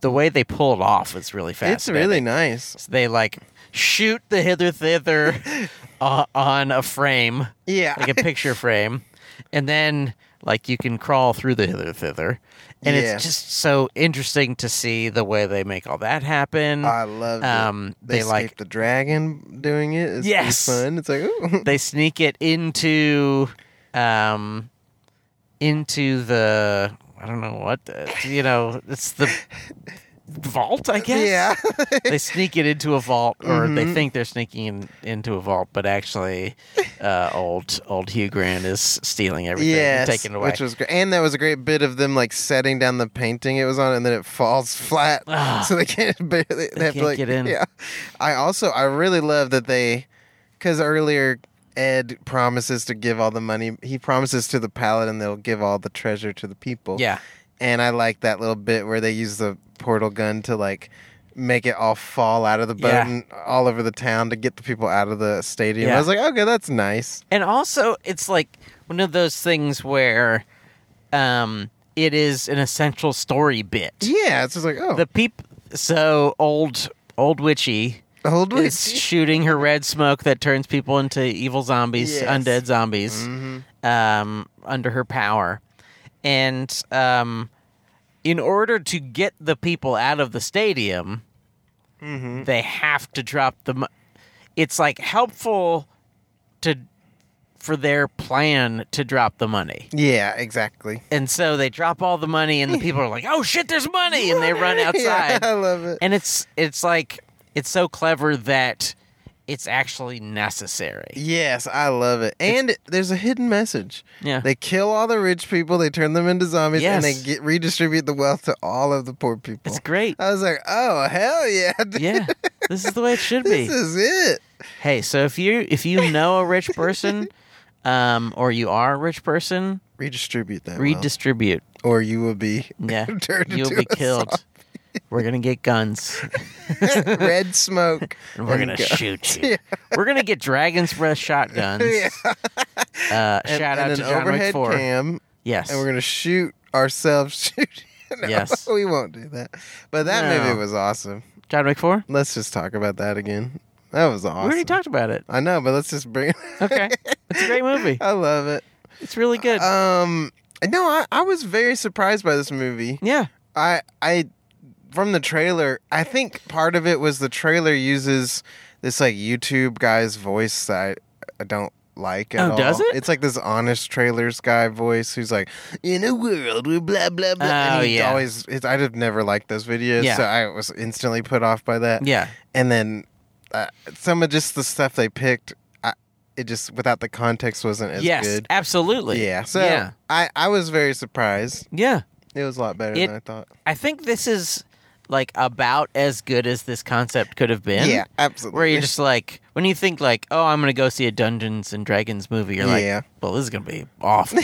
Speaker 1: the way they pull it off is really fascinating
Speaker 2: It's really nice.
Speaker 1: they like shoot the hither thither uh, on a frame
Speaker 2: Yeah.
Speaker 1: like a picture frame, and then like you can crawl through the hither thither, and
Speaker 2: Yeah.
Speaker 1: it's just so interesting to see the way they make all that happen.
Speaker 2: I love
Speaker 1: Um,
Speaker 2: it. They,
Speaker 1: they,
Speaker 2: escape
Speaker 1: like-
Speaker 2: the dragon doing it. It's
Speaker 1: Yes.
Speaker 2: yes, fun. It's like ooh.
Speaker 1: they sneak it into, um, into the I don't know what the, you know. It's the vault, I guess.
Speaker 2: Yeah.
Speaker 1: they sneak it into a vault, or they
Speaker 2: Mhm.
Speaker 1: think they're sneaking in, into a vault, but actually, uh, old old Hugh Grant is stealing everything, and
Speaker 2: yes,
Speaker 1: taking it away.
Speaker 2: which was great, and that was a great bit of them like setting down the painting it was on, and then it falls flat,
Speaker 1: Ah.
Speaker 2: so they can't barely they, have
Speaker 1: can't
Speaker 2: to like
Speaker 1: get in.
Speaker 2: Yeah, I also I really love that they, because earlier Ed promises to give all the money he promises to the paladin they'll give all the treasure to the people.
Speaker 1: yeah,
Speaker 2: and I like that little bit where they use the portal gun to like make it all fall out of the boat
Speaker 1: Yeah.
Speaker 2: and all over the town to get the people out of the stadium.
Speaker 1: Yeah.
Speaker 2: I was like, okay, that's nice.
Speaker 1: and also it's like one of those things where, um, it is an essential story bit.
Speaker 2: Yeah, it's just like oh,
Speaker 1: The peep, so old old witchy.
Speaker 2: old
Speaker 1: is
Speaker 2: witch.
Speaker 1: shooting her red smoke that turns people into evil zombies,
Speaker 2: Yes. Mm-hmm.
Speaker 1: undead zombies, um, under her power. And um, in order to get the people out of the stadium,
Speaker 2: Mm-hmm.
Speaker 1: they have to drop the. Mo- it's like helpful to for their plan to drop the money.
Speaker 2: Yeah, exactly.
Speaker 1: And so they drop all the money and the people are like, "Oh shit, there's money." And they run outside
Speaker 2: yeah, I love it.
Speaker 1: and it's it's like it's so clever that it's actually necessary.
Speaker 2: Yes, I love it. And there's a hidden message.
Speaker 1: Yeah.
Speaker 2: They kill all the rich people, they turn them into zombies, and they
Speaker 1: Yes.
Speaker 2: get, redistribute the wealth to all of the poor people.
Speaker 1: It's great.
Speaker 2: I was like, oh, hell yeah. dude.
Speaker 1: Yeah, this is the way it should be.
Speaker 2: This is it.
Speaker 1: hey, so if you if you know a rich person, um, or you are a rich person,
Speaker 2: Redistribute that. wealth,
Speaker 1: redistribute.
Speaker 2: or you will be
Speaker 1: Yeah,
Speaker 2: turned
Speaker 1: you'll
Speaker 2: into
Speaker 1: be
Speaker 2: a
Speaker 1: killed. We're gonna get guns
Speaker 2: red smoke.
Speaker 1: and we're gonna
Speaker 2: go-
Speaker 1: shoot you. We're gonna get dragon's breath shotguns.
Speaker 2: Yeah.
Speaker 1: Uh,
Speaker 2: And-
Speaker 1: shout out
Speaker 2: and
Speaker 1: to
Speaker 2: an
Speaker 1: John
Speaker 2: overhead
Speaker 1: Wick Four.
Speaker 2: cam,
Speaker 1: Yes,
Speaker 2: and we're gonna shoot ourselves. shooting. No,
Speaker 1: Yes.
Speaker 2: we won't do that. But that
Speaker 1: No.
Speaker 2: movie was awesome.
Speaker 1: John Wick Four.
Speaker 2: Let's just talk about that again. That was awesome.
Speaker 1: We already talked about it.
Speaker 2: I know, but let's just bring.
Speaker 1: Okay, it's a great movie.
Speaker 2: I love it.
Speaker 1: It's really good.
Speaker 2: Um, no, I, I was very surprised by this movie.
Speaker 1: yeah.
Speaker 2: I I from the trailer, I think part of it was the trailer uses this like YouTube guy's voice that I, I don't like at
Speaker 1: Oh,
Speaker 2: all.
Speaker 1: does it?
Speaker 2: It's like this honest trailers guy voice who's like, in a world where blah blah blah. and
Speaker 1: Oh,
Speaker 2: he
Speaker 1: yeah.
Speaker 2: always it, I'd have never liked those videos,
Speaker 1: Yeah.
Speaker 2: so I was instantly put off by that.
Speaker 1: Yeah.
Speaker 2: And then uh, some of just the stuff they picked, I, it just without the context wasn't as
Speaker 1: yes,
Speaker 2: good.
Speaker 1: absolutely.
Speaker 2: Yeah. So
Speaker 1: yeah.
Speaker 2: I I was very surprised.
Speaker 1: Yeah.
Speaker 2: It was a lot better
Speaker 1: It-
Speaker 2: than I thought.
Speaker 1: I think this is like about as good as this concept could have been.
Speaker 2: yeah, absolutely.
Speaker 1: Where you're just like, when you think like, oh, I'm gonna go see a Dungeons and Dragons movie, you're
Speaker 2: Yeah.
Speaker 1: like, well, this is gonna be awful.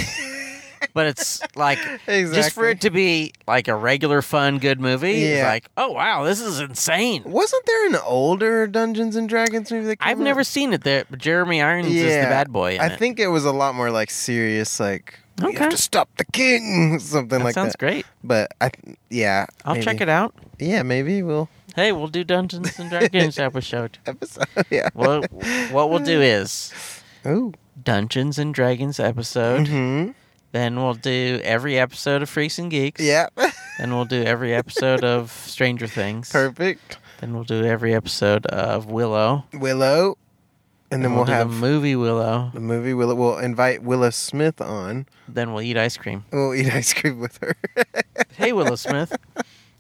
Speaker 1: but it's like, just for
Speaker 2: Exactly.
Speaker 1: it to be like a regular, fun, good movie, it's
Speaker 2: Yeah.
Speaker 1: like, oh wow, this is insane.
Speaker 2: Wasn't there an older Dungeons and Dragons movie that came
Speaker 1: I've
Speaker 2: out?
Speaker 1: never seen it. There, Jeremy Irons is the
Speaker 2: Yeah,
Speaker 1: bad boy. In
Speaker 2: I
Speaker 1: it.
Speaker 2: think it was a lot more like serious, like we
Speaker 1: Okay.
Speaker 2: have to stop the king, something
Speaker 1: that
Speaker 2: like
Speaker 1: sounds
Speaker 2: that.
Speaker 1: great.
Speaker 2: But I, th- yeah,
Speaker 1: I'll
Speaker 2: maybe.
Speaker 1: check it out.
Speaker 2: Yeah, maybe we'll
Speaker 1: Hey, we'll do Dungeons and Dragons episode.
Speaker 2: episode. Yeah.
Speaker 1: What what we'll do is
Speaker 2: Oh.
Speaker 1: Dungeons and Dragons episode.
Speaker 2: Mm-hmm.
Speaker 1: Then we'll do every episode of Freaks and Geeks.
Speaker 2: Yeah.
Speaker 1: Then we'll do every episode of Stranger Things.
Speaker 2: Perfect.
Speaker 1: Then we'll do every episode of Willow.
Speaker 2: Willow, and then we'll,
Speaker 1: do
Speaker 2: have
Speaker 1: the movie Willow.
Speaker 2: the movie. Willow. We'll invite Willow Smith on.
Speaker 1: Then we'll eat ice cream.
Speaker 2: We'll eat ice cream with her.
Speaker 1: Hey Willow Smith,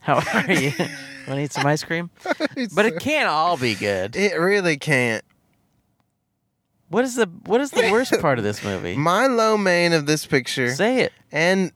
Speaker 1: how are you? Want to eat some ice cream? But it can't all be good.
Speaker 2: it really can't.
Speaker 1: What is the what is the worst part of this movie?
Speaker 2: My low main of this picture,
Speaker 1: Say it.
Speaker 2: and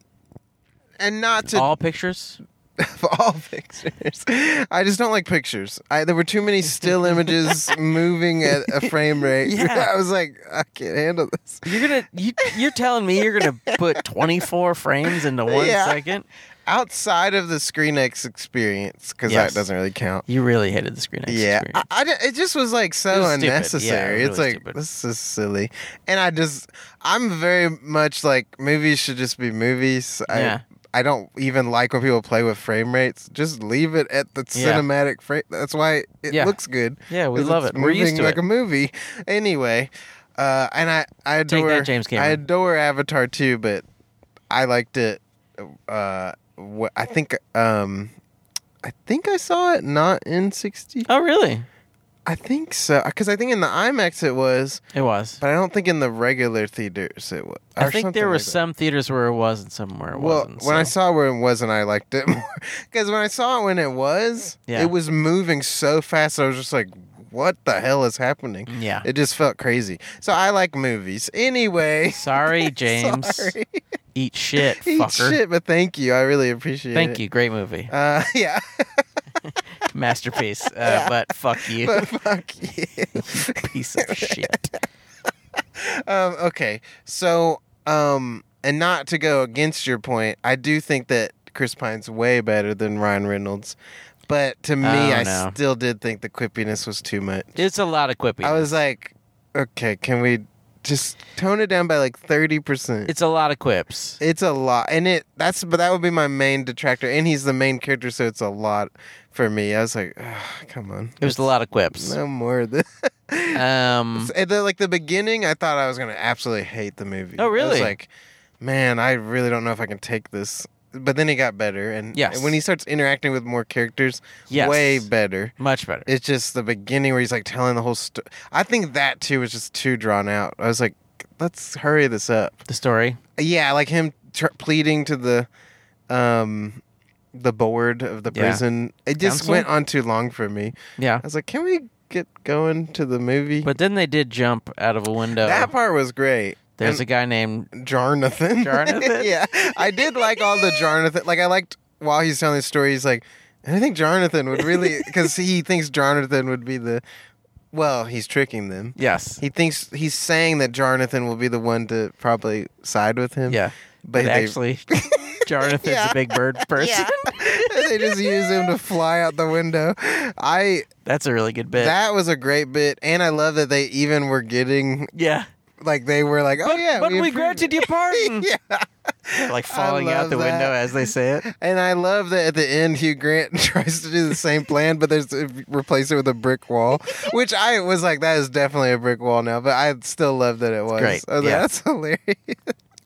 Speaker 2: and not to
Speaker 1: All pictures.
Speaker 2: of all pictures. I just don't like pictures. I, there were too many still images moving at a frame rate.
Speaker 1: Yeah.
Speaker 2: I was like, I can't handle this.
Speaker 1: You're gonna you, you're telling me you're gonna put 24 frames into one second?
Speaker 2: Yeah. Outside of the Screen X experience, because
Speaker 1: Yes.
Speaker 2: that doesn't really count.
Speaker 1: You really hated the Screen X
Speaker 2: yeah,
Speaker 1: experience.
Speaker 2: I, I di- it just was like
Speaker 1: It
Speaker 2: so
Speaker 1: was stupid. Yeah, it was
Speaker 2: unnecessary. it's
Speaker 1: really
Speaker 2: like
Speaker 1: stupid.
Speaker 2: this is silly, and I just I'm very much like movies should just be movies. I,
Speaker 1: Yeah.
Speaker 2: I don't even like when people play with frame rates. Just leave it at the
Speaker 1: Yeah.
Speaker 2: cinematic frame. That's why it
Speaker 1: Yeah.
Speaker 2: looks good.
Speaker 1: yeah, we
Speaker 2: 'Cause
Speaker 1: love
Speaker 2: it's
Speaker 1: it. We're used
Speaker 2: moving
Speaker 1: to
Speaker 2: like
Speaker 1: it.
Speaker 2: a movie. Anyway, uh, and I I
Speaker 1: Take
Speaker 2: adore
Speaker 1: that, James Cameron.
Speaker 2: I adore Avatar too, but I liked it. Uh, wh- I think um, I think I saw it not in sixty.
Speaker 1: oh, really?
Speaker 2: I think so because I think in the IMAX it was,
Speaker 1: It was.
Speaker 2: but I don't think in the regular theaters it was.
Speaker 1: I think there were some theaters where it was and some where it
Speaker 2: Well,
Speaker 1: wasn't.
Speaker 2: when I
Speaker 1: so-
Speaker 2: saw where it wasn't, I liked it more because when I saw it when it was,
Speaker 1: Yeah.
Speaker 2: it was moving so fast. I was just like, "What the hell is happening?"
Speaker 1: Yeah.
Speaker 2: it just felt crazy. So I like movies anyway.
Speaker 1: Sorry, James.
Speaker 2: Sorry.
Speaker 1: Eat shit,
Speaker 2: Eat
Speaker 1: fucker.
Speaker 2: shit, but thank you. I really appreciate
Speaker 1: Thank
Speaker 2: it.
Speaker 1: you. Great movie.
Speaker 2: Uh, yeah,
Speaker 1: Masterpiece. Uh, But fuck you.
Speaker 2: but fuck you.
Speaker 1: Piece of shit.
Speaker 2: um, okay, so um, and not to go against your point, I do think that Chris Pine's way better than Ryan Reynolds, but to me,
Speaker 1: Oh,
Speaker 2: I
Speaker 1: no.
Speaker 2: still did think the quippiness was too much.
Speaker 1: It's a lot of quippy.
Speaker 2: I was like, okay, can we just tone it down by like thirty percent?
Speaker 1: it's a lot of quips.
Speaker 2: It's a lot, and it that's but that would be my main detractor, and he's the main character, so it's a lot for me. I was like, "Ugh, come on,
Speaker 1: It was a lot of quips.
Speaker 2: no more of this.
Speaker 1: Um,
Speaker 2: At the, like the beginning, I thought I was gonna absolutely hate the movie.
Speaker 1: Oh,
Speaker 2: I was
Speaker 1: really?
Speaker 2: like, man, I really don't know if I can take this. But then it got better, and
Speaker 1: Yes.
Speaker 2: when he starts interacting with more characters,
Speaker 1: Yes.
Speaker 2: way better.
Speaker 1: much better.
Speaker 2: It's just the beginning where he's like telling the whole story. I think that too was just too drawn out. I was like, let's hurry this up.
Speaker 1: The story.
Speaker 2: Yeah, like him tr- pleading to the, um, the board of the
Speaker 1: Yeah.
Speaker 2: prison. It just
Speaker 1: Council?
Speaker 2: went on too long for me.
Speaker 1: Yeah.
Speaker 2: I was like, can we get going to the movie?
Speaker 1: But then they did jump out of a window.
Speaker 2: that part was great.
Speaker 1: There's a guy named
Speaker 2: Jarnathan.
Speaker 1: Jarnathan?
Speaker 2: yeah. I did like all the Jarnathan. Like, I liked while he's telling the story, he's like, I think Jarnathan would really, because he thinks Jarnathan would be the, well, he's tricking them.
Speaker 1: Yes.
Speaker 2: He thinks, he's saying that Jarnathan will be the one to probably side with him.
Speaker 1: Yeah. But
Speaker 2: But they-
Speaker 1: actually, Jonathan's
Speaker 2: Yeah.
Speaker 1: a big bird person.
Speaker 2: they just use him to fly out the window. I,
Speaker 1: That's a really good bit.
Speaker 2: that was a great bit. And I love that they even were getting,
Speaker 1: yeah.
Speaker 2: like, they were like, oh, yeah.
Speaker 1: but we,
Speaker 2: approve
Speaker 1: granted you pardon.
Speaker 2: it." Yeah.
Speaker 1: Like
Speaker 2: I
Speaker 1: falling
Speaker 2: love
Speaker 1: out the window
Speaker 2: that.
Speaker 1: as they say it.
Speaker 2: And I love that at the end, Hugh Grant tries to do the same plan, but there's replace it with a brick wall, which I was like, that is definitely a brick wall now. But I still love that it was.
Speaker 1: great,
Speaker 2: I was like,
Speaker 1: yeah.
Speaker 2: That's hilarious.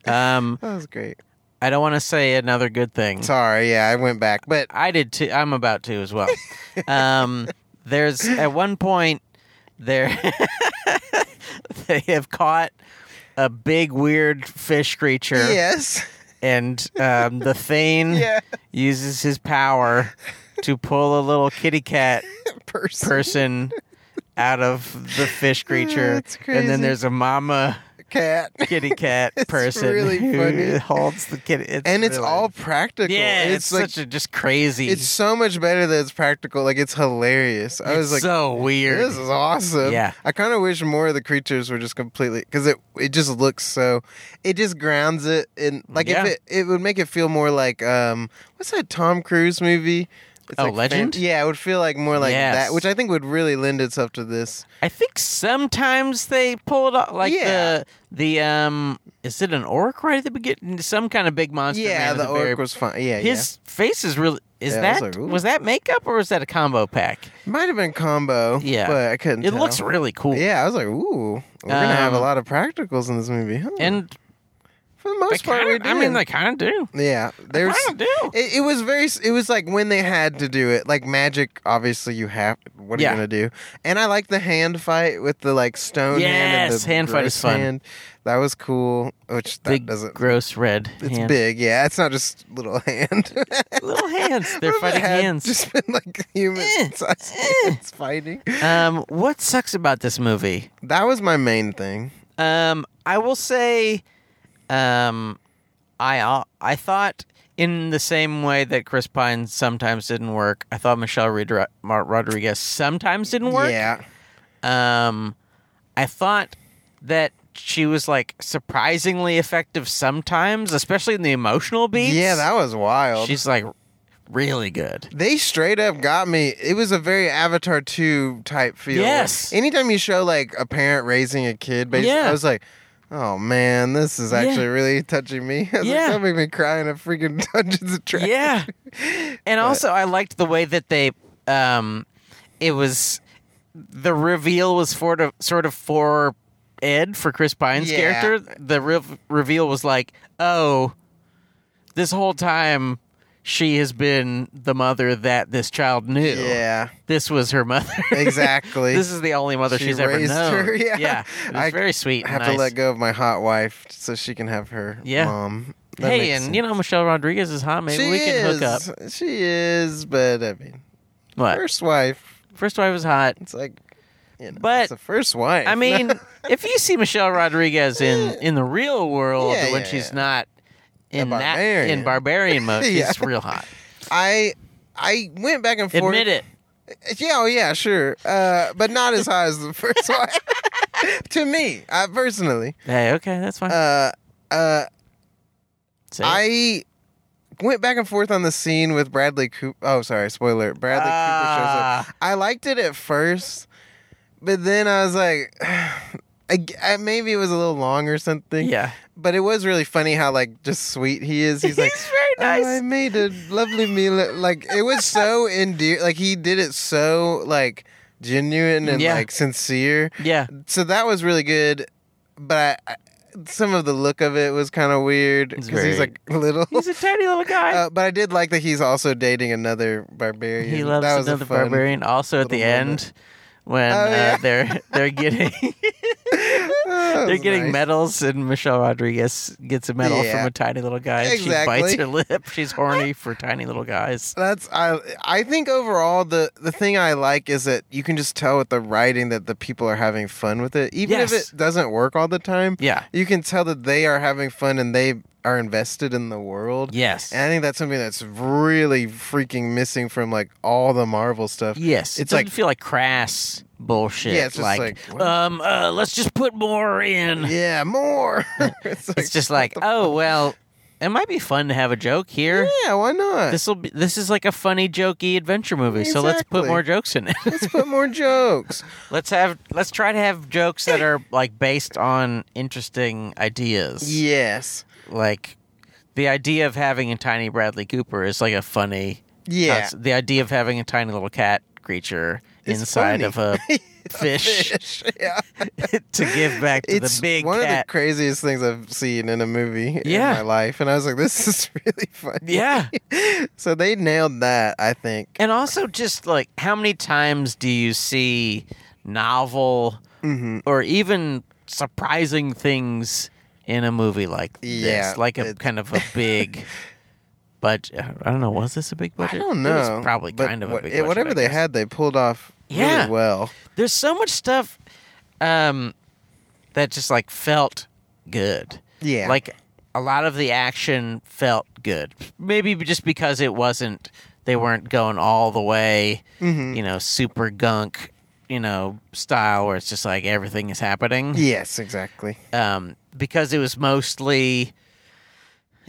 Speaker 2: that
Speaker 1: Um,
Speaker 2: was great.
Speaker 1: I don't want to say another good thing.
Speaker 2: Sorry, yeah, I went back, but
Speaker 1: I did too. I'm about to as well. Um, there's at one point there they have caught a big weird fish creature,
Speaker 2: yes,
Speaker 1: and um, the Thane
Speaker 2: yeah,
Speaker 1: uses his power to pull a little kitty cat
Speaker 2: person,
Speaker 1: person out of the fish creature,
Speaker 2: Oh, That's
Speaker 1: and
Speaker 2: crazy.
Speaker 1: then there's a mama
Speaker 2: cat,
Speaker 1: kitty cat
Speaker 2: It's
Speaker 1: person
Speaker 2: really
Speaker 1: who
Speaker 2: funny.
Speaker 1: holds the kitty, it's
Speaker 2: and it's
Speaker 1: really-
Speaker 2: all practical.
Speaker 1: yeah, it's,
Speaker 2: like
Speaker 1: such a just crazy.
Speaker 2: it's so much better that it's practical. Like it's hilarious. I was
Speaker 1: It's
Speaker 2: like,
Speaker 1: so weird.
Speaker 2: This is awesome.
Speaker 1: Yeah.
Speaker 2: I kind of wish more of the creatures were just completely because it it just looks so. It just grounds it in like
Speaker 1: Yeah.
Speaker 2: if it it would make it feel more like um what's that Tom Cruise movie? It's
Speaker 1: Oh,
Speaker 2: like fan-
Speaker 1: Legend?
Speaker 2: yeah, it would feel like more like
Speaker 1: Yes.
Speaker 2: that, which I think would really lend itself to this.
Speaker 1: I think sometimes they pulled off like
Speaker 2: Yeah.
Speaker 1: the the um is it an orc right at the beginning? Some kind of big monster.
Speaker 2: yeah,
Speaker 1: man
Speaker 2: the
Speaker 1: at very-
Speaker 2: orc was fun. Yeah,
Speaker 1: His face is really is
Speaker 2: Yeah, I was
Speaker 1: that was,
Speaker 2: like, ooh.
Speaker 1: that makeup or was that a combo pack?
Speaker 2: yeah. Might have been combo.
Speaker 1: Yeah.
Speaker 2: but I couldn't.
Speaker 1: It
Speaker 2: tell.
Speaker 1: looks really cool.
Speaker 2: Yeah, I was like, ooh, we're gonna have a
Speaker 1: Um,
Speaker 2: lot of practicals in this movie, huh?
Speaker 1: And
Speaker 2: for the
Speaker 1: they
Speaker 2: most part, we
Speaker 1: kinda,
Speaker 2: did.
Speaker 1: I mean they kind of do.
Speaker 2: yeah,
Speaker 1: They
Speaker 2: there's
Speaker 1: kind of do.
Speaker 2: It, it was very. s- It was like when they had to do it, like magic. Obviously, you have. What are
Speaker 1: Yeah.
Speaker 2: you gonna do? And I like the hand fight with the like stone hand. and
Speaker 1: Yes,
Speaker 2: the
Speaker 1: hand fight
Speaker 2: gross
Speaker 1: is fun.
Speaker 2: Hand. That was cool. Which that
Speaker 1: big
Speaker 2: doesn't.
Speaker 1: gross red.
Speaker 2: It's
Speaker 1: hand.
Speaker 2: big. Yeah, it's not just little hand.
Speaker 1: Little hands. They're
Speaker 2: What if it
Speaker 1: fighting
Speaker 2: had
Speaker 1: hands.
Speaker 2: Just been like human
Speaker 1: Eh,
Speaker 2: sized
Speaker 1: eh.
Speaker 2: hands fighting.
Speaker 1: Um, what sucks about this movie?
Speaker 2: That was my main thing.
Speaker 1: Um, I will say, um, I I thought in the same way that Chris Pine sometimes didn't work. I thought Michelle Rodri- Mar- Rodriguez sometimes didn't work.
Speaker 2: Yeah.
Speaker 1: Um, I thought that she was like surprisingly effective sometimes, especially in the emotional beats.
Speaker 2: Yeah, that was wild.
Speaker 1: she's like really good.
Speaker 2: They straight up got me. It was a very Avatar 2 type feel.
Speaker 1: Yes.
Speaker 2: Anytime you show like a parent raising a kid, basically,
Speaker 1: Yeah.
Speaker 2: I was like, oh man, this is actually
Speaker 1: Yeah.
Speaker 2: really touching me. I was
Speaker 1: Yeah.
Speaker 2: Like, Don't make me cry in a freaking Dungeons and Dragons.
Speaker 1: Yeah. And also, I liked the way that they, um, it was, the reveal was sort of sort of for Ed for Chris Pine's
Speaker 2: Yeah.
Speaker 1: character. The re- reveal was like, oh, this whole time she has been the mother that this child knew.
Speaker 2: Yeah,
Speaker 1: This was her mother.
Speaker 2: exactly.
Speaker 1: this is the only mother
Speaker 2: She
Speaker 1: she's ever
Speaker 2: raised
Speaker 1: known.
Speaker 2: her, yeah.
Speaker 1: It was
Speaker 2: I
Speaker 1: very sweet.
Speaker 2: I
Speaker 1: and
Speaker 2: have to
Speaker 1: nice.
Speaker 2: let go of my hot wife so she can have her
Speaker 1: Yeah.
Speaker 2: mom. That
Speaker 1: Hey,
Speaker 2: makes
Speaker 1: and
Speaker 2: sense.
Speaker 1: you know Michelle Rodriguez is hot. Maybe
Speaker 2: she
Speaker 1: we can hook up.
Speaker 2: is. She is, but I mean,
Speaker 1: What?
Speaker 2: first wife.
Speaker 1: First wife was hot.
Speaker 2: It's like, you know,
Speaker 1: But,
Speaker 2: it's the first wife.
Speaker 1: I mean, if you see Michelle Rodriguez in in the real world
Speaker 2: Yeah,
Speaker 1: when
Speaker 2: yeah,
Speaker 1: she's
Speaker 2: yeah.
Speaker 1: not in
Speaker 2: A
Speaker 1: that
Speaker 2: barbarian.
Speaker 1: in barbarian mode,
Speaker 2: Yeah.
Speaker 1: she's real hot.
Speaker 2: I I went back and forth.
Speaker 1: Admit it.
Speaker 2: Yeah, oh yeah, sure, uh, but not as high as the first wife. to me, uh, personally,
Speaker 1: Hey, okay, that's fine.
Speaker 2: uh, uh,
Speaker 1: Say it.
Speaker 2: I went back and forth on the scene with Bradley Cooper. Oh, sorry, spoiler. Bradley Cooper shows
Speaker 1: Ah.
Speaker 2: up. I liked it at first, but then I was like, I, I- maybe it was a little long or something.
Speaker 1: yeah,
Speaker 2: But it was really funny how like just sweet he is. He's like. "Oh,
Speaker 1: very
Speaker 2: I made a lovely meal. Like it was so endear. Like he did it so like genuine and
Speaker 1: Yeah.
Speaker 2: like sincere.
Speaker 1: yeah,
Speaker 2: So that was really good, but I, I, some of the look of it was kind of weird
Speaker 1: It's
Speaker 2: because he's
Speaker 1: very-
Speaker 2: like little.
Speaker 1: he's a tiny little guy.
Speaker 2: Uh, but I did like that he's also dating another barbarian.
Speaker 1: he loves
Speaker 2: that was a
Speaker 1: another
Speaker 2: fun-
Speaker 1: barbarian. Also, at the
Speaker 2: little moment.
Speaker 1: end, when
Speaker 2: Oh,
Speaker 1: uh,
Speaker 2: yeah.
Speaker 1: they're they're getting
Speaker 2: That
Speaker 1: they're
Speaker 2: was
Speaker 1: getting
Speaker 2: nice.
Speaker 1: medals, and Michelle Rodriguez gets a medal
Speaker 2: Yeah.
Speaker 1: from a tiny little guy, and
Speaker 2: Exactly.
Speaker 1: she bites her lip. She's horny for tiny little guys.
Speaker 2: That's I. I think overall the the thing I like is that you can just tell with the writing that the people are having fun with it, even if
Speaker 1: Yes.
Speaker 2: it doesn't work all the time.
Speaker 1: Yeah.
Speaker 2: you can tell that they are having fun and they are invested in the world.
Speaker 1: Yes.
Speaker 2: And I think that's something that's really freaking missing from like all the Marvel stuff.
Speaker 1: Yes, it
Speaker 2: It's
Speaker 1: doesn't
Speaker 2: like-
Speaker 1: feel like crass bullshit.
Speaker 2: Yeah, it's just like, what?
Speaker 1: um, uh, let's just put more in.
Speaker 2: Yeah, more. it's, like,
Speaker 1: It's just like, oh well, it might be fun to have a joke here.
Speaker 2: yeah, why not?
Speaker 1: This will be. This is like a funny, jokey adventure movie. So let's put
Speaker 2: Exactly.
Speaker 1: more jokes in it.
Speaker 2: Let's put more jokes.
Speaker 1: let's have. Let's try to have jokes that are like based on interesting ideas.
Speaker 2: Yes.
Speaker 1: Like the idea of having a tiny Bradley Cooper is like a funny.
Speaker 2: Yeah.
Speaker 1: cons- the idea of having a tiny little cat creature
Speaker 2: It's
Speaker 1: inside
Speaker 2: funny.
Speaker 1: of a fish.
Speaker 2: Fish, Yeah.
Speaker 1: to give back to
Speaker 2: It's
Speaker 1: the big
Speaker 2: one of the
Speaker 1: cat.
Speaker 2: craziest things I've seen in a movie
Speaker 1: Yeah.
Speaker 2: in my life. And I was like, this is really funny.
Speaker 1: yeah.
Speaker 2: So they nailed that, I think.
Speaker 1: And also just like how many times do you see novel
Speaker 2: Mhm.
Speaker 1: or even surprising things in a movie like
Speaker 2: Yeah,
Speaker 1: this? Like a
Speaker 2: it's-
Speaker 1: kind of a big budget. I don't know, was this a big budget?
Speaker 2: I don't
Speaker 1: It
Speaker 2: know.
Speaker 1: was probably
Speaker 2: but
Speaker 1: kind of a
Speaker 2: what-
Speaker 1: big
Speaker 2: it-
Speaker 1: budget.
Speaker 2: Whatever
Speaker 1: I
Speaker 2: they
Speaker 1: guess.
Speaker 2: had, they pulled off
Speaker 1: Yeah.
Speaker 2: really well.
Speaker 1: There's so much stuff um that just like felt good.
Speaker 2: Yeah.
Speaker 1: Like a lot of the action felt good. Maybe just because it wasn't they weren't going all the way,
Speaker 2: Mm-hmm.
Speaker 1: you know, super gunk, you know, style where it's just like everything is happening.
Speaker 2: Yes, exactly.
Speaker 1: Um because it was mostly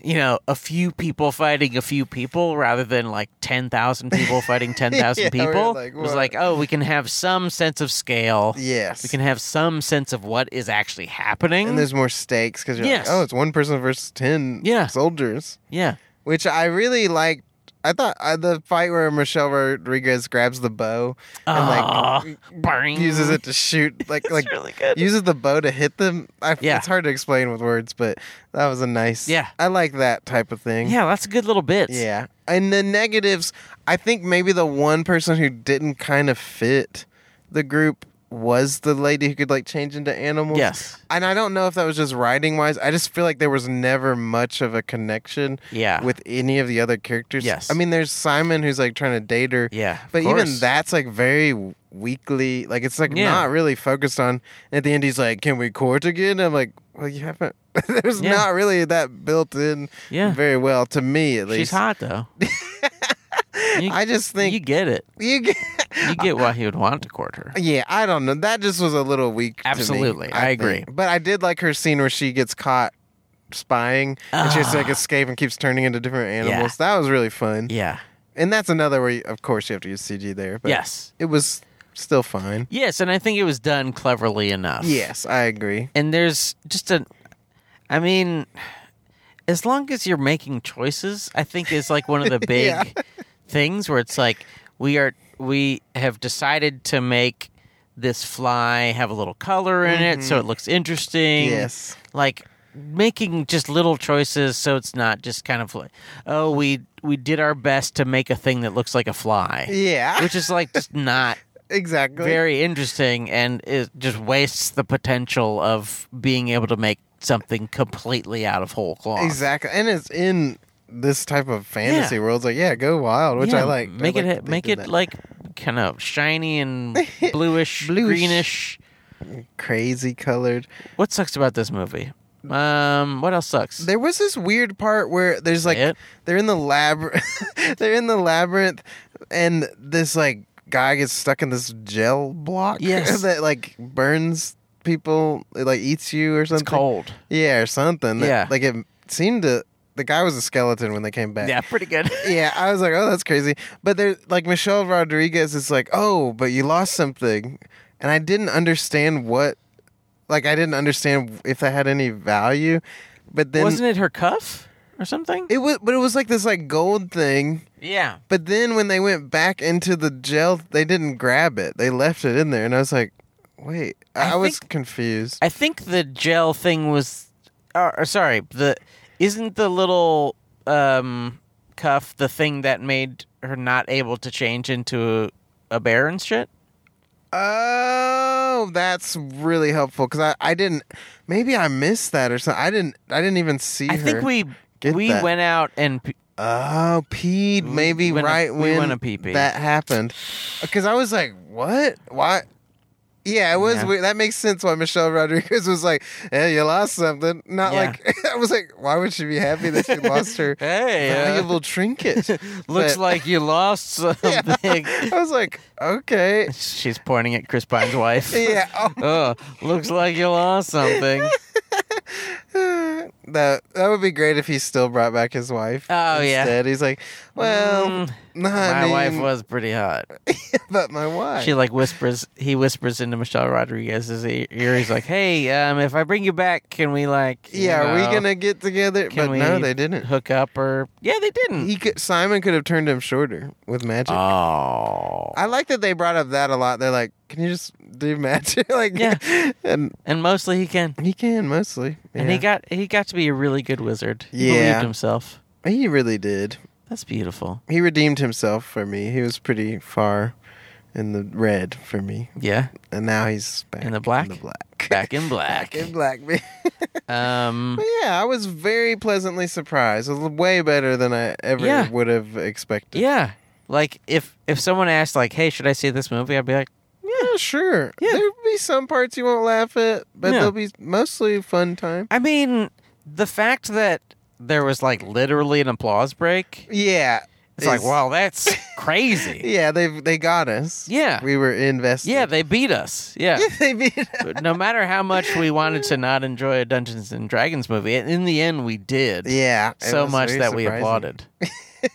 Speaker 1: you know, a few people fighting a few people rather than like 10,000 people fighting 10,000
Speaker 2: Yeah, we were
Speaker 1: people.
Speaker 2: like,
Speaker 1: it was
Speaker 2: "What?"
Speaker 1: like, oh, we can have some sense of scale.
Speaker 2: Yes.
Speaker 1: We can have some sense of what is actually happening.
Speaker 2: and there's more stakes because you're
Speaker 1: Yes.
Speaker 2: like, oh, it's one person versus ten
Speaker 1: Yeah.
Speaker 2: soldiers,
Speaker 1: yeah.
Speaker 2: which I really liked. I thought uh, the fight where Michelle Rodriguez grabs the bow and
Speaker 1: Aw,
Speaker 2: like
Speaker 1: boing.
Speaker 2: uses it to shoot, like like
Speaker 1: really good.
Speaker 2: uses the bow to hit them. I,
Speaker 1: Yeah.
Speaker 2: it's hard to explain with words, but that was a nice.
Speaker 1: Yeah.
Speaker 2: I like that type of thing.
Speaker 1: yeah, that's good little bits.
Speaker 2: Yeah. And the negatives, I think maybe the one person who didn't kind of fit the group was the lady who could like change into animals.
Speaker 1: Yes.
Speaker 2: And I don't know if that was just writing wise. I just feel like there was never much of a connection
Speaker 1: Yeah.
Speaker 2: with any of the other characters.
Speaker 1: Yes.
Speaker 2: I mean, there's Simon who's like trying to date her.
Speaker 1: yeah. of
Speaker 2: But even
Speaker 1: course.
Speaker 2: that's like very weakly, like it's like
Speaker 1: Yeah.
Speaker 2: not really focused on. At the end, he's like, "Can we court again?" I'm like, "Well, you haven't." There's
Speaker 1: Yeah.
Speaker 2: not really that built in
Speaker 1: Yeah.
Speaker 2: very well to me, at
Speaker 1: She's
Speaker 2: least.
Speaker 1: hot though. you,
Speaker 2: I just think
Speaker 1: you get it.
Speaker 2: you get,
Speaker 1: You get why he would want to court her.
Speaker 2: yeah, I don't know. That just was a little weak. to me,
Speaker 1: Absolutely. I
Speaker 2: think.
Speaker 1: agree.
Speaker 2: But I did like her scene where she gets caught spying and she has to
Speaker 1: Ah.
Speaker 2: like escape and keeps turning into different animals. That was really fun.
Speaker 1: Yeah.
Speaker 2: And that's another where, you, of course, you have to use CG there. But
Speaker 1: yes.
Speaker 2: it was still fine.
Speaker 1: Yes, and I think it was done cleverly enough.
Speaker 2: Yes, I agree.
Speaker 1: And there's just a I mean as long as you're making choices, I think is like one of the big
Speaker 2: Yeah.
Speaker 1: things where it's like we are we have decided to make this fly have a little color in it so it looks interesting.
Speaker 2: Mm-hmm. Yes.
Speaker 1: Like making just little choices so it's not just kind of like, oh, we we did our best to make a thing that looks like a fly,
Speaker 2: Yeah,
Speaker 1: which is like just not
Speaker 2: exactly.
Speaker 1: very interesting and it just wastes the potential of being able to make something completely out of whole cloth.
Speaker 2: exactly, and it's in this type of fantasy
Speaker 1: Yeah.
Speaker 2: world. It's like, yeah, go wild, which
Speaker 1: Yeah,
Speaker 2: I like. I
Speaker 1: Make
Speaker 2: like
Speaker 1: it
Speaker 2: that they
Speaker 1: make
Speaker 2: did
Speaker 1: it
Speaker 2: that.
Speaker 1: like kind of shiny and bluish,
Speaker 2: Bluish.
Speaker 1: greenish.
Speaker 2: crazy colored.
Speaker 1: What sucks about this movie? Um, what else sucks?
Speaker 2: There was this weird part where there's like
Speaker 1: It?
Speaker 2: they're in the lab, they're in the labyrinth, and this like guy gets stuck in this gel block
Speaker 1: Yes.
Speaker 2: that like burns people, it like eats you or
Speaker 1: it's
Speaker 2: something.
Speaker 1: cold.
Speaker 2: Yeah, or something.
Speaker 1: Yeah.
Speaker 2: like it seemed to. The guy was a skeleton when they came back.
Speaker 1: Yeah, pretty good.
Speaker 2: yeah, I was like, oh, that's crazy. But there, like Michelle Rodriguez is like, oh, but you lost something, and I didn't understand what, like, I didn't understand if that had any value. But then
Speaker 1: Wasn't it her cuff or something?
Speaker 2: it was, but it was like this like gold thing.
Speaker 1: yeah.
Speaker 2: But then when they went back into the gel, they didn't grab it. They left it in there, and I was like, wait, I,
Speaker 1: I
Speaker 2: I was
Speaker 1: think-
Speaker 2: confused.
Speaker 1: I think the gel thing was, uh, or, or sorry, the isn't the little um, cuff the thing that made her not able to change into a, a bear and shit?
Speaker 2: Oh, that's really helpful because I, I didn't. Maybe I missed that or something. I didn't. I didn't even see.
Speaker 1: I
Speaker 2: her.
Speaker 1: think we
Speaker 2: Get
Speaker 1: we
Speaker 2: that.
Speaker 1: went out and p-
Speaker 2: Oh, peed
Speaker 1: We
Speaker 2: maybe
Speaker 1: went a-
Speaker 2: right
Speaker 1: we
Speaker 2: when
Speaker 1: went a pee-pee.
Speaker 2: that happened. Because I was like, what? Why? Yeah, it was
Speaker 1: Yeah.
Speaker 2: weird. That makes sense why Michelle Rodriguez was like, hey, you lost something. Not
Speaker 1: Yeah.
Speaker 2: like, I was like, why would she be happy that she lost her
Speaker 1: hey, uh,
Speaker 2: valuable trinket?
Speaker 1: looks
Speaker 2: But
Speaker 1: like you lost something.
Speaker 2: I was like, okay.
Speaker 1: She's pointing at Chris Pine's wife.
Speaker 2: Yeah. Oh,
Speaker 1: Oh, looks like you lost something.
Speaker 2: that that would be great if he still brought back his wife.
Speaker 1: Oh, yeah.
Speaker 2: instead. He's like, well,
Speaker 1: Mm,
Speaker 2: nah,
Speaker 1: my
Speaker 2: I mean,
Speaker 1: wife was pretty hot.
Speaker 2: but my wife.
Speaker 1: She like whispers. He whispers into Michelle Rodriguez's e- ear. He's like, "Hey, um, if I bring you back, can we like? you
Speaker 2: yeah, are we
Speaker 1: know,
Speaker 2: gonna get together?
Speaker 1: can
Speaker 2: But no,
Speaker 1: we
Speaker 2: they didn't.
Speaker 1: hook up or? Yeah, they didn't.
Speaker 2: he could, Simon could have turned him shorter with magic.
Speaker 1: Oh,
Speaker 2: I like that they brought up that a lot. They're like, "Can you just do magic?" like,
Speaker 1: Yeah.
Speaker 2: and
Speaker 1: and mostly he can.
Speaker 2: he can mostly.
Speaker 1: And he
Speaker 2: Yeah.
Speaker 1: got he got to be a really good wizard. He
Speaker 2: Yeah.
Speaker 1: believed himself.
Speaker 2: he really did.
Speaker 1: That's beautiful.
Speaker 2: He redeemed himself for me. He was pretty far in the red for me,
Speaker 1: Yeah,
Speaker 2: and now he's back
Speaker 1: In the black?
Speaker 2: In the black.
Speaker 1: back in black.
Speaker 2: Back in black. man.
Speaker 1: Um,
Speaker 2: but yeah, I was very pleasantly surprised. It was way better than I ever
Speaker 1: Yeah.
Speaker 2: would have expected.
Speaker 1: yeah. Like if if someone asked like, "Hey, should I see this movie?" I'd be like,
Speaker 2: Yeah, sure.
Speaker 1: Yeah.
Speaker 2: There'll be some parts you won't laugh at, but
Speaker 1: No.
Speaker 2: they'll be mostly fun time.
Speaker 1: "I mean, the fact that there was like literally an applause break."
Speaker 2: Yeah.
Speaker 1: It's like, wow, that's crazy.
Speaker 2: Yeah, they they got us.
Speaker 1: Yeah.
Speaker 2: We were invested.
Speaker 1: yeah, they beat us. Yeah.
Speaker 2: they beat
Speaker 1: But no matter how much we wanted to not enjoy a Dungeons and Dragons movie, in the end we did.
Speaker 2: Yeah. it
Speaker 1: So
Speaker 2: was
Speaker 1: much
Speaker 2: very
Speaker 1: that we
Speaker 2: surprising.
Speaker 1: applauded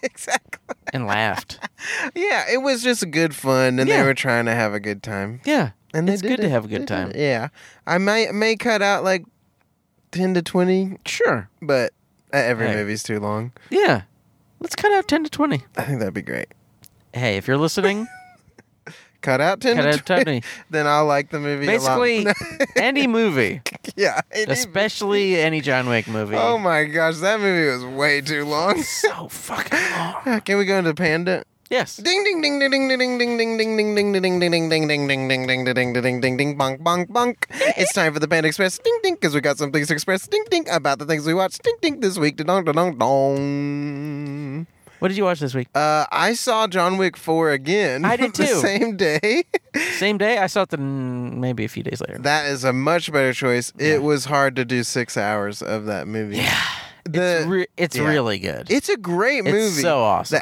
Speaker 2: exactly.
Speaker 1: and laughed.
Speaker 2: Yeah, it was just good fun and
Speaker 1: Yeah.
Speaker 2: they were trying to have a good time.
Speaker 1: Yeah.
Speaker 2: And they
Speaker 1: It's
Speaker 2: did
Speaker 1: good to
Speaker 2: it.
Speaker 1: have a good
Speaker 2: They did
Speaker 1: time.
Speaker 2: it. Yeah. I might may cut out like 10 to 20,
Speaker 1: Sure.
Speaker 2: but uh, every
Speaker 1: Hey.
Speaker 2: movie's too long.
Speaker 1: Yeah. Let's cut out 10 to 20.
Speaker 2: I think that'd be great.
Speaker 1: Hey, if you're listening,
Speaker 2: Cut out 10
Speaker 1: cut
Speaker 2: to
Speaker 1: out 10 to 20.
Speaker 2: Then I'll like the movie a
Speaker 1: Basically,
Speaker 2: lot.
Speaker 1: any movie,
Speaker 2: yeah. it is-
Speaker 1: especially any John Wick movie.
Speaker 2: Oh my gosh, that movie was way too long.
Speaker 1: So fucking long.
Speaker 2: Can we go into Panda?
Speaker 1: Yes.
Speaker 2: Ding ding ding ding ding ding ding ding ding ding ding ding ding ding ding ding ding ding ding ding ding ding ding ding bonk bonk bonk. It's time for the Panda Express. Ding ding, because we got some things to express. Ding ding about the things we watched. Ding ding this week. Dong dong dong.
Speaker 1: What did you watch this week?
Speaker 2: Uh, I saw John Wick four again.
Speaker 1: I did
Speaker 2: the
Speaker 1: too.
Speaker 2: Same day.
Speaker 1: Same day? I saw it the, maybe a few days later.
Speaker 2: That is a much better choice. It was hard to do six hours of that movie. Yeah.
Speaker 1: it's
Speaker 2: The
Speaker 1: re- it's
Speaker 2: yeah.
Speaker 1: really good.
Speaker 2: it's a great movie.
Speaker 1: It's so awesome.
Speaker 2: The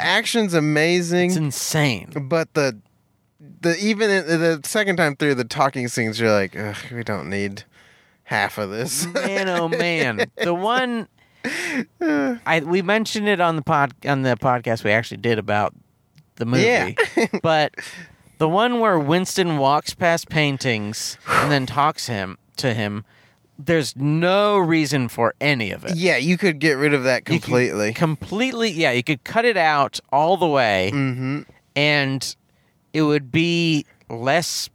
Speaker 1: It's
Speaker 2: action's amazing,
Speaker 1: insane.
Speaker 2: but the the even in- the second time through the talking scenes, you're like, Ugh, we don't need half of this.
Speaker 1: Man, oh man, the one I we mentioned it on the pod on the podcast we actually did about the movie,
Speaker 2: Yeah.
Speaker 1: but the one where Winston walks past paintings and then talks him to him. There's no reason for any of it.
Speaker 2: yeah, you could get rid of that
Speaker 1: You could
Speaker 2: completely.
Speaker 1: completely, yeah. You could cut it out
Speaker 2: Mm.
Speaker 1: all the way,
Speaker 2: Mm-hmm.
Speaker 1: and it would be less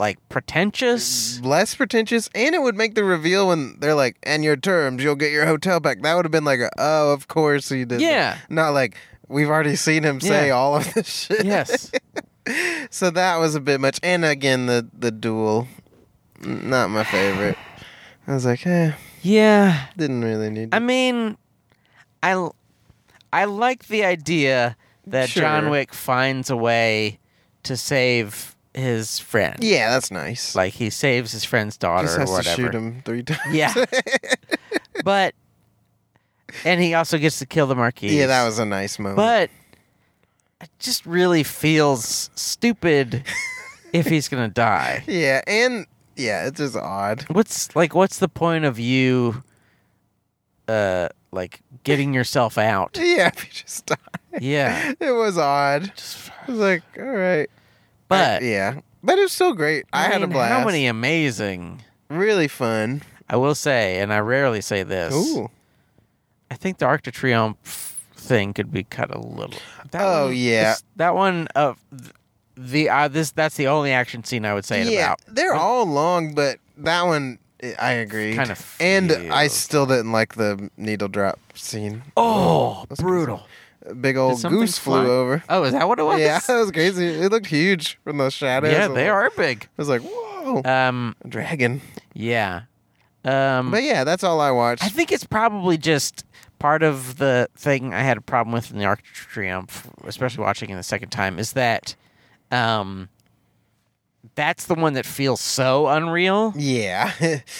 Speaker 1: like pretentious.
Speaker 2: less pretentious, and it would make the reveal when they're like, "And your terms, you'll get your hotel back." That would have been like, a, "Oh, of course he did." that."
Speaker 1: Yeah.
Speaker 2: not like we've already seen him say
Speaker 1: Yeah.
Speaker 2: all of this shit.
Speaker 1: Yes.
Speaker 2: So that was a bit much, and again, the the duel, n- not my favorite. I was like, eh,
Speaker 1: yeah.
Speaker 2: didn't really need.
Speaker 1: I
Speaker 2: to.
Speaker 1: mean, I l- I like the idea that
Speaker 2: Sure.
Speaker 1: John Wick finds a way to save his friend.
Speaker 2: yeah, that's nice.
Speaker 1: Like he saves his friend's daughter
Speaker 2: just has
Speaker 1: or
Speaker 2: to
Speaker 1: whatever.
Speaker 2: shoot him three times.
Speaker 1: Yeah. but and he also gets to kill the marquis.
Speaker 2: yeah, that was a nice moment.
Speaker 1: But it just really feels stupid if he's gonna die.
Speaker 2: yeah, and yeah, it's just odd.
Speaker 1: What's like? What's the point of you, uh, like getting yourself out?
Speaker 2: Yeah, if you just die.
Speaker 1: Yeah,
Speaker 2: It was odd.
Speaker 1: just
Speaker 2: I was like, all right.
Speaker 1: but
Speaker 2: I- yeah, but it was still great. I, had a
Speaker 1: mean,
Speaker 2: blast.
Speaker 1: How many amazing!
Speaker 2: Really fun.
Speaker 1: I will say, and I rarely say this.
Speaker 2: Ooh.
Speaker 1: I think the Arc de Triomphe thing could be cut a little. That
Speaker 2: Oh,
Speaker 1: one
Speaker 2: yeah.
Speaker 1: is- that one of th- the uh, this that's the only action scene I would say
Speaker 2: yeah,
Speaker 1: about.
Speaker 2: they're all long, but that one, I- I agree.
Speaker 1: Kind of
Speaker 2: And I
Speaker 1: feels-
Speaker 2: still didn't like the needle drop scene.
Speaker 1: Oh,
Speaker 2: That's
Speaker 1: brutal!
Speaker 2: A big old
Speaker 1: something
Speaker 2: goose
Speaker 1: fly?
Speaker 2: flew over.
Speaker 1: Oh, is that what it was?
Speaker 2: Yeah, that was crazy. It looked huge from the shadows.
Speaker 1: yeah,
Speaker 2: I'm
Speaker 1: they are
Speaker 2: like-
Speaker 1: big.
Speaker 2: I was like, whoa,
Speaker 1: Um,
Speaker 2: a dragon.
Speaker 1: yeah. Um,
Speaker 2: But yeah, that's all I watched.
Speaker 1: I think it's probably just part of the thing I had a problem with in the Arc de Triomphe,
Speaker 2: Mm-hmm.
Speaker 1: especially watching it the second time, is that um, that's the one that feels so unreal.
Speaker 2: yeah,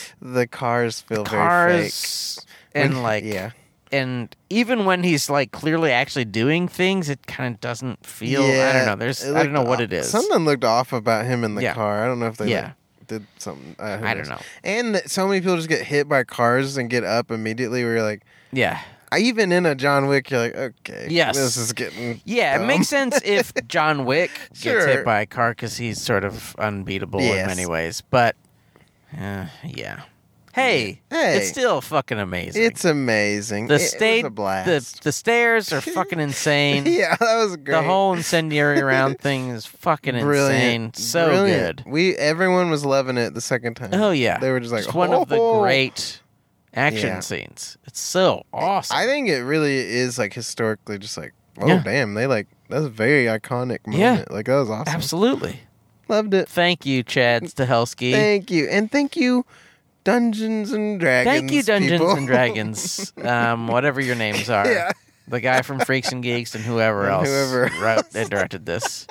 Speaker 2: the cars feel very fake.
Speaker 1: Cars and
Speaker 2: When-
Speaker 1: like
Speaker 2: yeah,
Speaker 1: and even when he's like clearly actually doing things, it kind of doesn't feel. I
Speaker 2: Yeah, uh,
Speaker 1: don't know. There's
Speaker 2: it
Speaker 1: I don't
Speaker 2: looked
Speaker 1: know what it
Speaker 2: off-
Speaker 1: is.
Speaker 2: Something looked off about him in the
Speaker 1: Yeah.
Speaker 2: car. I don't know if they like,
Speaker 1: Yeah.
Speaker 2: did something. Uh, who
Speaker 1: I don't
Speaker 2: knows.
Speaker 1: know.
Speaker 2: And that so many people just get hit by cars and get up immediately. Where you're like,
Speaker 1: Yeah,
Speaker 2: even in a John Wick, you're like, okay,
Speaker 1: Yes.
Speaker 2: this is getting
Speaker 1: yeah. It
Speaker 2: dumb.
Speaker 1: makes sense if John Wick gets
Speaker 2: Sure.
Speaker 1: hit by a car because he's sort of unbeatable in
Speaker 2: Yes.
Speaker 1: many ways. But uh, yeah, hey,
Speaker 2: Hey.
Speaker 1: it's still fucking amazing.
Speaker 2: It's amazing.
Speaker 1: the
Speaker 2: It was
Speaker 1: state,
Speaker 2: a
Speaker 1: the
Speaker 2: blast.
Speaker 1: the stairs are fucking insane.
Speaker 2: yeah, that was great.
Speaker 1: The whole incendiary round thing is fucking insane.
Speaker 2: Brilliant.
Speaker 1: So
Speaker 2: Brilliant.
Speaker 1: good.
Speaker 2: We everyone was loving it the second time.
Speaker 1: Oh yeah,
Speaker 2: they were just like
Speaker 1: it's one of the
Speaker 2: "Oh."
Speaker 1: great action
Speaker 2: Yeah.
Speaker 1: scenes. It's so awesome.
Speaker 2: I think it really is like historically just like oh
Speaker 1: Yeah.
Speaker 2: damn they like that's a very iconic moment.
Speaker 1: Yeah.
Speaker 2: Like that was awesome.
Speaker 1: Absolutely.
Speaker 2: Loved it.
Speaker 1: Thank you, Chad Stahelski.
Speaker 2: Thank you and thank you, Dungeons and Dragons.
Speaker 1: Thank you, Dungeons
Speaker 2: people.
Speaker 1: and Dragons. Um, whatever your names are.
Speaker 2: yeah,
Speaker 1: The guy from Freaks and Geeks and whoever
Speaker 2: And
Speaker 1: else
Speaker 2: whoever
Speaker 1: wrote and directed this.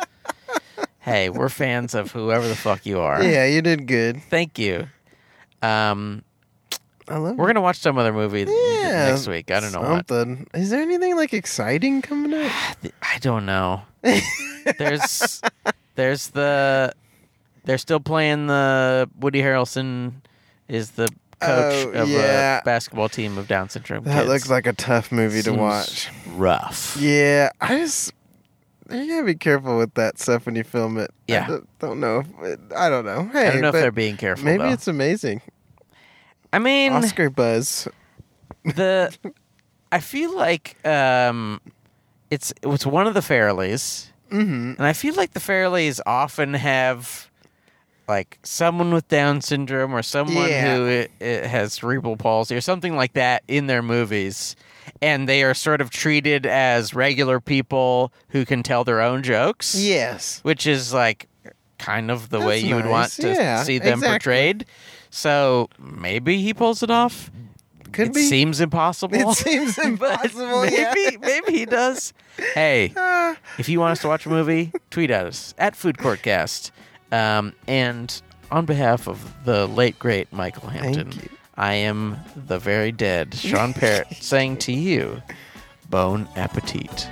Speaker 1: Hey, we're fans of whoever the fuck you are.
Speaker 2: yeah, you did good.
Speaker 1: Thank you. Um,
Speaker 2: I love.
Speaker 1: we're gonna watch some other movie th-
Speaker 2: Yeah,
Speaker 1: next week. I don't know what.
Speaker 2: something. Is there anything like exciting coming up?
Speaker 1: I don't know. there's there's the they're still playing the Woody Harrelson is the coach
Speaker 2: Oh,
Speaker 1: of
Speaker 2: yeah.
Speaker 1: a basketball team of Down syndrome.
Speaker 2: That
Speaker 1: kids.
Speaker 2: looks like a tough movie to
Speaker 1: Seems
Speaker 2: watch.
Speaker 1: rough.
Speaker 2: Yeah, I just you gotta be careful with that stuff when you film it.
Speaker 1: Yeah.
Speaker 2: I don't, don't know. If it, I don't know. Hey,
Speaker 1: I don't know if
Speaker 2: but
Speaker 1: they're being careful
Speaker 2: maybe
Speaker 1: though.
Speaker 2: it's amazing.
Speaker 1: I mean
Speaker 2: Oscar buzz.
Speaker 1: the I feel like um it's it's one of the Fairleys.
Speaker 2: Mm-hmm.
Speaker 1: And I feel like the Fairleys often have like someone with Down syndrome or someone
Speaker 2: Yeah.
Speaker 1: who i i has cerebral palsy or something like that in their movies. And they are sort of treated as regular people who can tell their own jokes,
Speaker 2: Yes.
Speaker 1: which is like kind of the way
Speaker 2: That's
Speaker 1: you would
Speaker 2: nice.
Speaker 1: want to
Speaker 2: Yeah,
Speaker 1: see them
Speaker 2: exactly.
Speaker 1: portrayed. So maybe he pulls it off.
Speaker 2: Could
Speaker 1: it
Speaker 2: be.
Speaker 1: seems impossible.
Speaker 2: it seems
Speaker 1: but
Speaker 2: impossible.
Speaker 1: maybe
Speaker 2: yeah.
Speaker 1: maybe he does. Hey,
Speaker 2: Ah,
Speaker 1: if you want us to watch a movie, tweet at us at Food Courtcast. Um, and on behalf of the late great Michael Hampton,
Speaker 2: Thank you.
Speaker 1: I am the very dead Sean Parrott saying to you, Bon appetit.